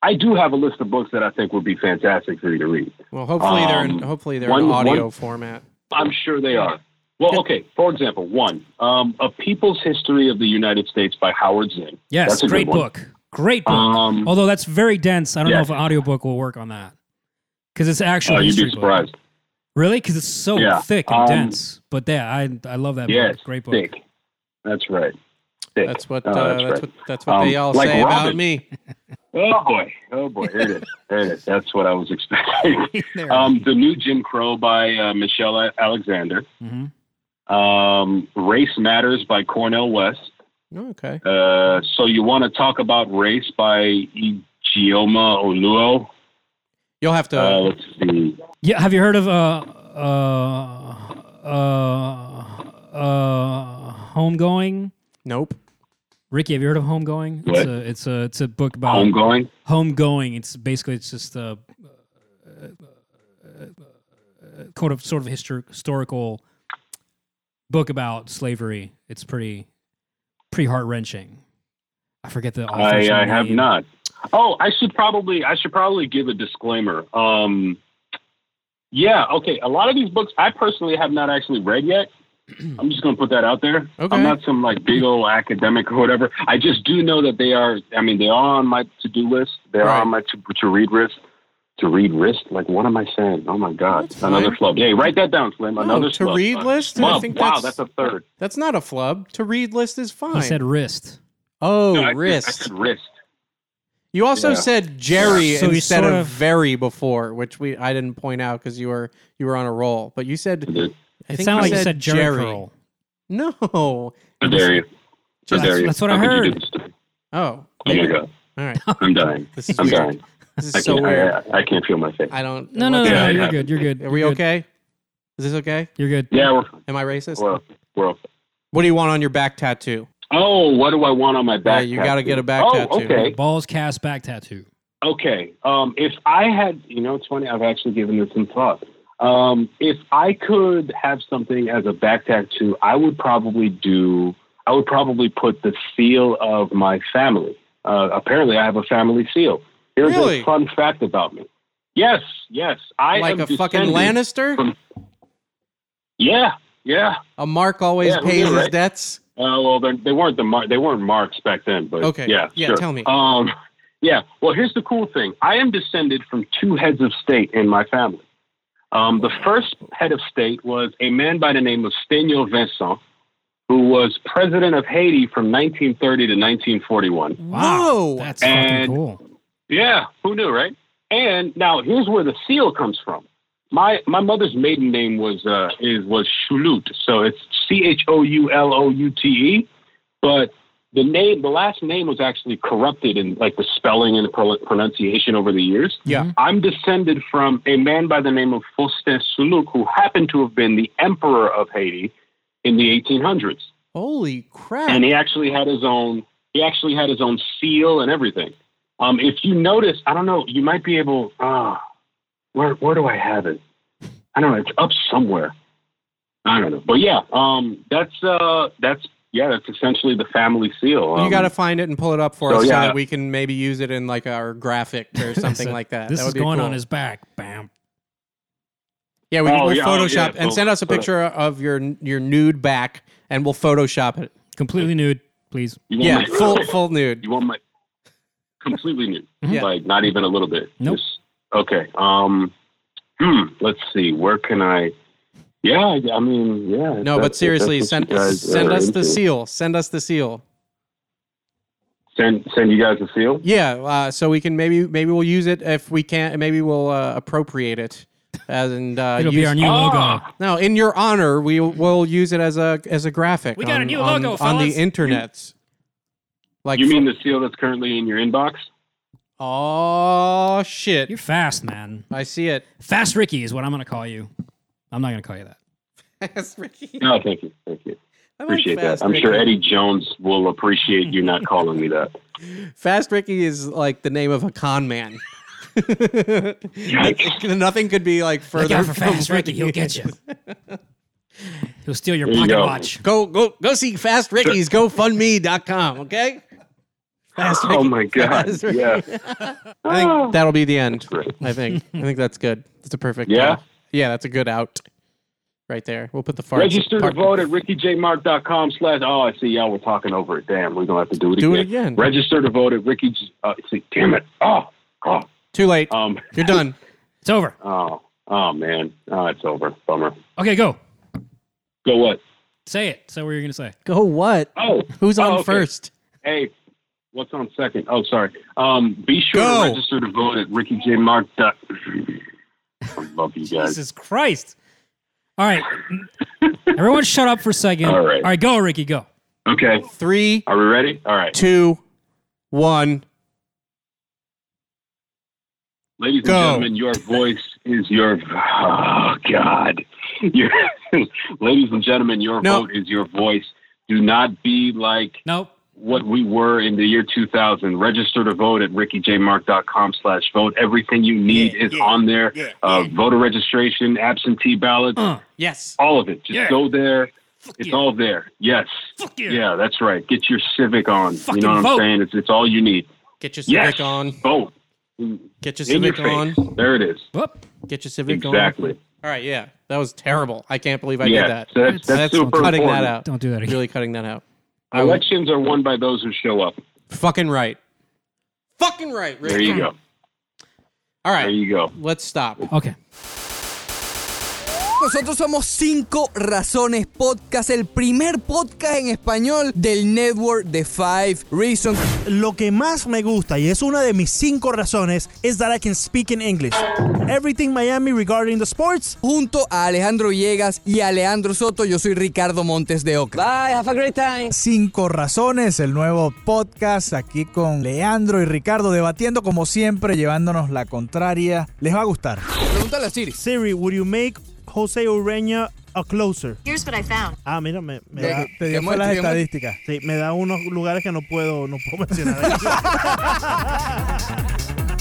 [SPEAKER 9] I do have a list of books that I think would be fantastic for you to read.
[SPEAKER 3] well, hopefully they're in
[SPEAKER 9] um,
[SPEAKER 3] hopefully they're in
[SPEAKER 9] one-
[SPEAKER 3] audio
[SPEAKER 9] one-
[SPEAKER 3] format.
[SPEAKER 9] I'm sure they are. Well, okay. For example, one, um, A People's History of the United States by Howard Zinn.
[SPEAKER 2] Yes,
[SPEAKER 9] That's a
[SPEAKER 2] great
[SPEAKER 9] good one.
[SPEAKER 2] book, great book.
[SPEAKER 9] Um,
[SPEAKER 2] Although that's very dense, I don't know
[SPEAKER 9] yeah.
[SPEAKER 2] if an audiobook will work on that because it's actually.
[SPEAKER 9] Oh, you'd be surprised.
[SPEAKER 2] Really? Because it's so
[SPEAKER 9] Yeah,
[SPEAKER 2] thick and
[SPEAKER 9] um,
[SPEAKER 2] dense. But yeah, I I love that
[SPEAKER 9] Yeah,
[SPEAKER 2] book.
[SPEAKER 9] it's
[SPEAKER 2] Great book.
[SPEAKER 9] thick. That's right. Sick.
[SPEAKER 3] That's what
[SPEAKER 9] Oh,
[SPEAKER 3] uh, that's,
[SPEAKER 9] right.
[SPEAKER 3] what that's what they
[SPEAKER 9] Um,
[SPEAKER 3] all
[SPEAKER 9] like
[SPEAKER 3] say about
[SPEAKER 9] Robin.
[SPEAKER 3] me.
[SPEAKER 9] Oh boy! Oh boy! Here it is. There it is. That's what I was expecting. um, the new Jim Crow by uh, Michelle A- Alexander.
[SPEAKER 2] Mhm.
[SPEAKER 3] Mm-hmm.
[SPEAKER 9] Um, Race Matters by Cornell West.
[SPEAKER 3] Okay.
[SPEAKER 9] Uh, so you want to talk about race by Igioma Oluo?
[SPEAKER 3] You'll have to
[SPEAKER 9] Uh, let's see.
[SPEAKER 2] Yeah, have you heard of uh uh uh uh Homegoing?
[SPEAKER 3] Nope.
[SPEAKER 2] Ricky, have you heard of Homegoing? It's
[SPEAKER 9] What?
[SPEAKER 2] a it's a it's a book about
[SPEAKER 9] Homegoing.
[SPEAKER 2] homegoing. It's basically it's just a, uh uh, kind of sort of histor- historical book about slavery. It's pretty pretty heart wrenching. I forget the author's
[SPEAKER 9] I, I have
[SPEAKER 2] name.
[SPEAKER 9] not. Oh, I should probably I should probably give a disclaimer. Um, yeah, okay. A lot of these books I personally have not actually read yet. I'm just gonna put that out there.
[SPEAKER 3] Okay.
[SPEAKER 9] I'm not some like big old academic or whatever. I just do know that they are. I mean, they are on my to do list. They
[SPEAKER 3] Right.
[SPEAKER 9] are on my to, to read list. To read list. Like, what am I saying? Oh my God! Another flub. Hey, write that down, Slim. Another
[SPEAKER 3] to
[SPEAKER 9] flub.
[SPEAKER 3] read
[SPEAKER 9] Uh,
[SPEAKER 3] list? I
[SPEAKER 9] Flub.
[SPEAKER 3] think
[SPEAKER 9] Wow,
[SPEAKER 3] that's-
[SPEAKER 9] that's, a third.
[SPEAKER 3] That's not a flub. To read list is fine.
[SPEAKER 2] He said wrist.
[SPEAKER 3] oh,
[SPEAKER 9] No, I said- I
[SPEAKER 3] wrist.
[SPEAKER 9] said wrist.
[SPEAKER 3] You also
[SPEAKER 9] Yeah.
[SPEAKER 3] said Jerry
[SPEAKER 2] So you
[SPEAKER 3] instead
[SPEAKER 2] sort
[SPEAKER 3] of,
[SPEAKER 2] of-
[SPEAKER 3] very before, which we I didn't point out because you were you were on a roll. But you said
[SPEAKER 9] I did.
[SPEAKER 3] I
[SPEAKER 2] It
[SPEAKER 3] think
[SPEAKER 2] sounded like you
[SPEAKER 3] said
[SPEAKER 2] said Jerry, Curl.
[SPEAKER 3] No. Oh,
[SPEAKER 9] I dare you. I
[SPEAKER 2] That's-
[SPEAKER 9] dare you.
[SPEAKER 2] that's what I
[SPEAKER 9] How could you
[SPEAKER 2] heard.
[SPEAKER 9] do this to me?
[SPEAKER 3] Oh.
[SPEAKER 9] Oh my God!
[SPEAKER 3] All right.
[SPEAKER 9] I'm dying.
[SPEAKER 3] This is
[SPEAKER 9] I'm
[SPEAKER 3] weird.
[SPEAKER 9] dying.
[SPEAKER 3] This
[SPEAKER 9] I
[SPEAKER 3] is
[SPEAKER 9] can't,
[SPEAKER 3] so weird.
[SPEAKER 9] I, I, I can't feel my face.
[SPEAKER 3] I don't.
[SPEAKER 2] No, no, no,
[SPEAKER 9] Yeah,
[SPEAKER 2] no,
[SPEAKER 9] I
[SPEAKER 2] you're
[SPEAKER 9] have
[SPEAKER 2] good. You're good.
[SPEAKER 3] Are we
[SPEAKER 2] You're good.
[SPEAKER 3] okay? Is this okay?
[SPEAKER 2] You're good.
[SPEAKER 9] yeah, we're,
[SPEAKER 3] Am I racist?
[SPEAKER 9] we're, we're
[SPEAKER 3] What do you want on your back tattoo?
[SPEAKER 9] Oh, what do I want on my
[SPEAKER 3] Yeah,
[SPEAKER 9] back?
[SPEAKER 3] you gotta
[SPEAKER 9] tattoo?
[SPEAKER 3] get a back
[SPEAKER 9] oh,
[SPEAKER 3] tattoo.
[SPEAKER 9] okay,
[SPEAKER 2] Balls cast back tattoo.
[SPEAKER 9] okay. Um, if I had, you know, it's funny. I've actually given this some thought. Um, if I could have something as a back tattoo, I would probably do. I would probably put the seal of my family. Uh, apparently, I have a family seal. Here's
[SPEAKER 3] Really?
[SPEAKER 9] a fun fact about me. Yes, yes, I
[SPEAKER 3] like
[SPEAKER 9] am
[SPEAKER 3] a fucking
[SPEAKER 9] descended-
[SPEAKER 3] Lannister?
[SPEAKER 9] Yeah, yeah.
[SPEAKER 3] A mark always
[SPEAKER 9] Yeah, we
[SPEAKER 3] pays
[SPEAKER 9] do,
[SPEAKER 3] his
[SPEAKER 9] right?
[SPEAKER 3] debts.
[SPEAKER 9] Uh, well, they're- they weren't the mar- they weren't marks back then, but
[SPEAKER 3] Okay.
[SPEAKER 9] yeah,
[SPEAKER 3] Yeah,
[SPEAKER 9] sure.
[SPEAKER 3] tell me.
[SPEAKER 9] Um, yeah, well, here's the cool thing. I am descended from two heads of state in my family. Um, the first head of state was a man by the name of Stenio Vincent, who was president of Haiti from 1930 to 1941.
[SPEAKER 2] Wow.
[SPEAKER 3] Whoa.
[SPEAKER 2] That's
[SPEAKER 9] And-
[SPEAKER 2] fucking cool.
[SPEAKER 9] Yeah, who knew, right? And now here's where the seal comes from. My my mother's maiden name was uh is was Shulut, so it's C H O U L O U T E, but the name the last name was actually corrupted in like the spelling and the pro- pronunciation over the years.
[SPEAKER 3] Yeah.
[SPEAKER 9] I'm descended from a man by the name of Faustin Suluk, who happened to have been the emperor of Haiti in the 1800s,
[SPEAKER 3] Holy crap.
[SPEAKER 9] and he actually had his own he actually had his own seal and everything. Um, if you notice, I don't know, you might be able. Ah, where where do I have it? I don't know. It's up somewhere. I don't know. But yeah, um, that's uh, that's yeah, that's essentially the family seal. Um,
[SPEAKER 3] you got to find it and pull it up for
[SPEAKER 9] so,
[SPEAKER 3] us so
[SPEAKER 9] yeah.
[SPEAKER 3] that we can maybe use it in like our graphic or something
[SPEAKER 2] So
[SPEAKER 3] like that.
[SPEAKER 2] This
[SPEAKER 3] that
[SPEAKER 2] is
[SPEAKER 3] would be
[SPEAKER 2] going
[SPEAKER 3] cool.
[SPEAKER 2] on his back. Bam.
[SPEAKER 3] Yeah, we can
[SPEAKER 9] Oh,
[SPEAKER 3] we'll
[SPEAKER 9] yeah, oh, yeah,
[SPEAKER 3] Photoshop and
[SPEAKER 9] we'll
[SPEAKER 3] send us a
[SPEAKER 9] photo-
[SPEAKER 3] picture of your your nude back and we'll Photoshop it.
[SPEAKER 2] Completely nude, please.
[SPEAKER 9] You want
[SPEAKER 3] Yeah,
[SPEAKER 9] Oh my-
[SPEAKER 3] full full nude.
[SPEAKER 9] You want my completely new?
[SPEAKER 3] Yeah.
[SPEAKER 9] Like not even a little bit.
[SPEAKER 2] Nope.
[SPEAKER 9] Just- okay. Um, hmm, let's see. Where can I? Yeah, I I mean, yeah. if
[SPEAKER 3] No,
[SPEAKER 9] that's-
[SPEAKER 3] but
[SPEAKER 9] if
[SPEAKER 3] seriously,
[SPEAKER 9] that's
[SPEAKER 3] send
[SPEAKER 9] what you guys
[SPEAKER 3] send
[SPEAKER 9] are
[SPEAKER 3] us the
[SPEAKER 9] into.
[SPEAKER 3] seal. Send us the seal.
[SPEAKER 9] Send send you guys a seal.
[SPEAKER 3] Yeah, uh, so we can maybe maybe we'll use it if we can't. Maybe we'll uh, appropriate it as and uh,
[SPEAKER 2] It'll
[SPEAKER 3] use,
[SPEAKER 2] be our new logo.
[SPEAKER 9] Ah!
[SPEAKER 3] No, in your honor, we will use it as a as a graphic.
[SPEAKER 2] We got
[SPEAKER 3] on,
[SPEAKER 2] a new
[SPEAKER 3] on-
[SPEAKER 2] logo,
[SPEAKER 3] on the
[SPEAKER 2] fellas.
[SPEAKER 3] internet. Like
[SPEAKER 9] You mean the seal that's currently in your inbox?
[SPEAKER 3] Oh shit!
[SPEAKER 2] You're fast, man.
[SPEAKER 3] I see it.
[SPEAKER 2] Fast Ricky is what I'm going to call you. I'm not going to call you that.
[SPEAKER 3] Fast Ricky.
[SPEAKER 9] No, thank you, thank you.
[SPEAKER 3] I like
[SPEAKER 9] Appreciate
[SPEAKER 3] Fast
[SPEAKER 9] that. I'm sure
[SPEAKER 3] Ricky.
[SPEAKER 9] Eddie Jones will appreciate you not calling me that.
[SPEAKER 3] Fast Ricky is like the name of a con man. Nothing could be like
[SPEAKER 2] Look
[SPEAKER 3] further
[SPEAKER 2] out for
[SPEAKER 3] from
[SPEAKER 2] Fast Ricky. He'll get you. He'll steal your
[SPEAKER 9] There you
[SPEAKER 2] pocket
[SPEAKER 9] go.
[SPEAKER 2] watch.
[SPEAKER 3] Go go go see Fast Ricky's GoFundMe.com. Okay. Fast
[SPEAKER 9] Oh my God!
[SPEAKER 3] That's right.
[SPEAKER 9] Yeah,
[SPEAKER 3] I think that'll be the end.
[SPEAKER 9] great.
[SPEAKER 3] I think. I think that's good. That's a perfect.
[SPEAKER 9] Yeah?
[SPEAKER 3] uh, yeah, that's a good out. Right there. We'll put the farts.
[SPEAKER 9] Register to
[SPEAKER 3] part-
[SPEAKER 9] vote at rickyjmark.com slash. Oh, I see. Y'all were talking over it. Damn, we're gonna have to do it
[SPEAKER 3] Do
[SPEAKER 9] again.
[SPEAKER 3] it again.
[SPEAKER 9] Register to vote at Ricky. J- Uh, see, damn it. Oh, oh,
[SPEAKER 3] Too late.
[SPEAKER 9] um,
[SPEAKER 3] You're done.
[SPEAKER 2] It's over.
[SPEAKER 9] oh, oh man. Oh, it's over. Bummer.
[SPEAKER 2] Okay, go.
[SPEAKER 9] Go what?
[SPEAKER 2] Say it. Say what you're gonna say.
[SPEAKER 3] Go what?
[SPEAKER 9] Oh,
[SPEAKER 3] Who's
[SPEAKER 9] oh,
[SPEAKER 3] on
[SPEAKER 9] okay.
[SPEAKER 3] first?
[SPEAKER 9] Hey, what's on second? Oh, sorry. Um, be sure
[SPEAKER 3] Go.
[SPEAKER 9] to register to vote at rickyjmark.com. I love you guys.
[SPEAKER 2] Jesus Christ! All right, everyone, shut up for a second.
[SPEAKER 9] All right.
[SPEAKER 2] all right, go, Ricky, go.
[SPEAKER 9] Okay,
[SPEAKER 3] Three,
[SPEAKER 9] are we ready? All right,
[SPEAKER 3] two, one.
[SPEAKER 9] ladies
[SPEAKER 3] Go.
[SPEAKER 9] and gentlemen, your voice is your. Oh God, your, ladies and gentlemen, your
[SPEAKER 3] No.
[SPEAKER 9] vote is your voice. Do not be like
[SPEAKER 2] Nope.
[SPEAKER 9] what we were in the year 2000. Register to vote at rickyjmark.com slash vote. Everything you need is on there. uh, Voter registration, absentee ballots,
[SPEAKER 2] Uh,
[SPEAKER 3] Yes.
[SPEAKER 9] all of it. Just
[SPEAKER 2] Yeah.
[SPEAKER 9] go there. It's
[SPEAKER 2] yeah.
[SPEAKER 9] all there. Yes.
[SPEAKER 2] Fuck yeah.
[SPEAKER 9] Yeah, that's right. Get your civic on.
[SPEAKER 2] Fucking
[SPEAKER 9] you know what
[SPEAKER 2] vote.
[SPEAKER 9] I'm saying? It's, it's all you need.
[SPEAKER 3] Get your
[SPEAKER 9] Yes.
[SPEAKER 3] civic on.
[SPEAKER 9] Vote.
[SPEAKER 3] Get your
[SPEAKER 9] in your
[SPEAKER 3] civic on.
[SPEAKER 9] face. There it is.
[SPEAKER 2] Whoop.
[SPEAKER 3] Get your civic on.
[SPEAKER 9] Exactly.
[SPEAKER 3] All right. Yeah. That was terrible. I can't believe I
[SPEAKER 9] yeah.
[SPEAKER 3] did that.
[SPEAKER 9] So that's, that's,
[SPEAKER 3] That's
[SPEAKER 9] super
[SPEAKER 3] cutting
[SPEAKER 9] important.
[SPEAKER 3] that out.
[SPEAKER 2] Don't do that again.
[SPEAKER 3] Really cutting that out.
[SPEAKER 9] Elections are won by those who show up.
[SPEAKER 3] Fucking right. Fucking right, Rick.
[SPEAKER 9] There you go.
[SPEAKER 3] All
[SPEAKER 9] There
[SPEAKER 3] right.
[SPEAKER 9] you go.
[SPEAKER 3] Let's stop.
[SPEAKER 2] Okay.
[SPEAKER 1] Nosotros somos Cinco Razones Podcast, el primer podcast en español del network de Five Reasons.
[SPEAKER 10] Lo que más me gusta, y es una de mis cinco razones, is that I can speak in English. Everything Miami regarding the sports,
[SPEAKER 1] Junto a Alejandro Villegas y Alejandro Soto, yo soy Ricardo Montes de Oca. Bye, have a great time.
[SPEAKER 10] Cinco Razones, el nuevo podcast aquí con Leandro y Ricardo debatiendo como siempre, llevándonos la contraria. Les va a gustar.
[SPEAKER 1] Pregúntale a Siri.
[SPEAKER 10] Siri, would you make Jose Ureña a closer?
[SPEAKER 11] Here's what I found.
[SPEAKER 10] Ah, mira, me, me
[SPEAKER 1] Te-
[SPEAKER 10] da,
[SPEAKER 1] te
[SPEAKER 10] te dio
[SPEAKER 1] muestra,
[SPEAKER 10] las
[SPEAKER 1] te muestra.
[SPEAKER 10] estadísticas. Sí, me da unos lugares que no puedo, no puedo mencionar.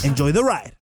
[SPEAKER 10] Enjoy the ride.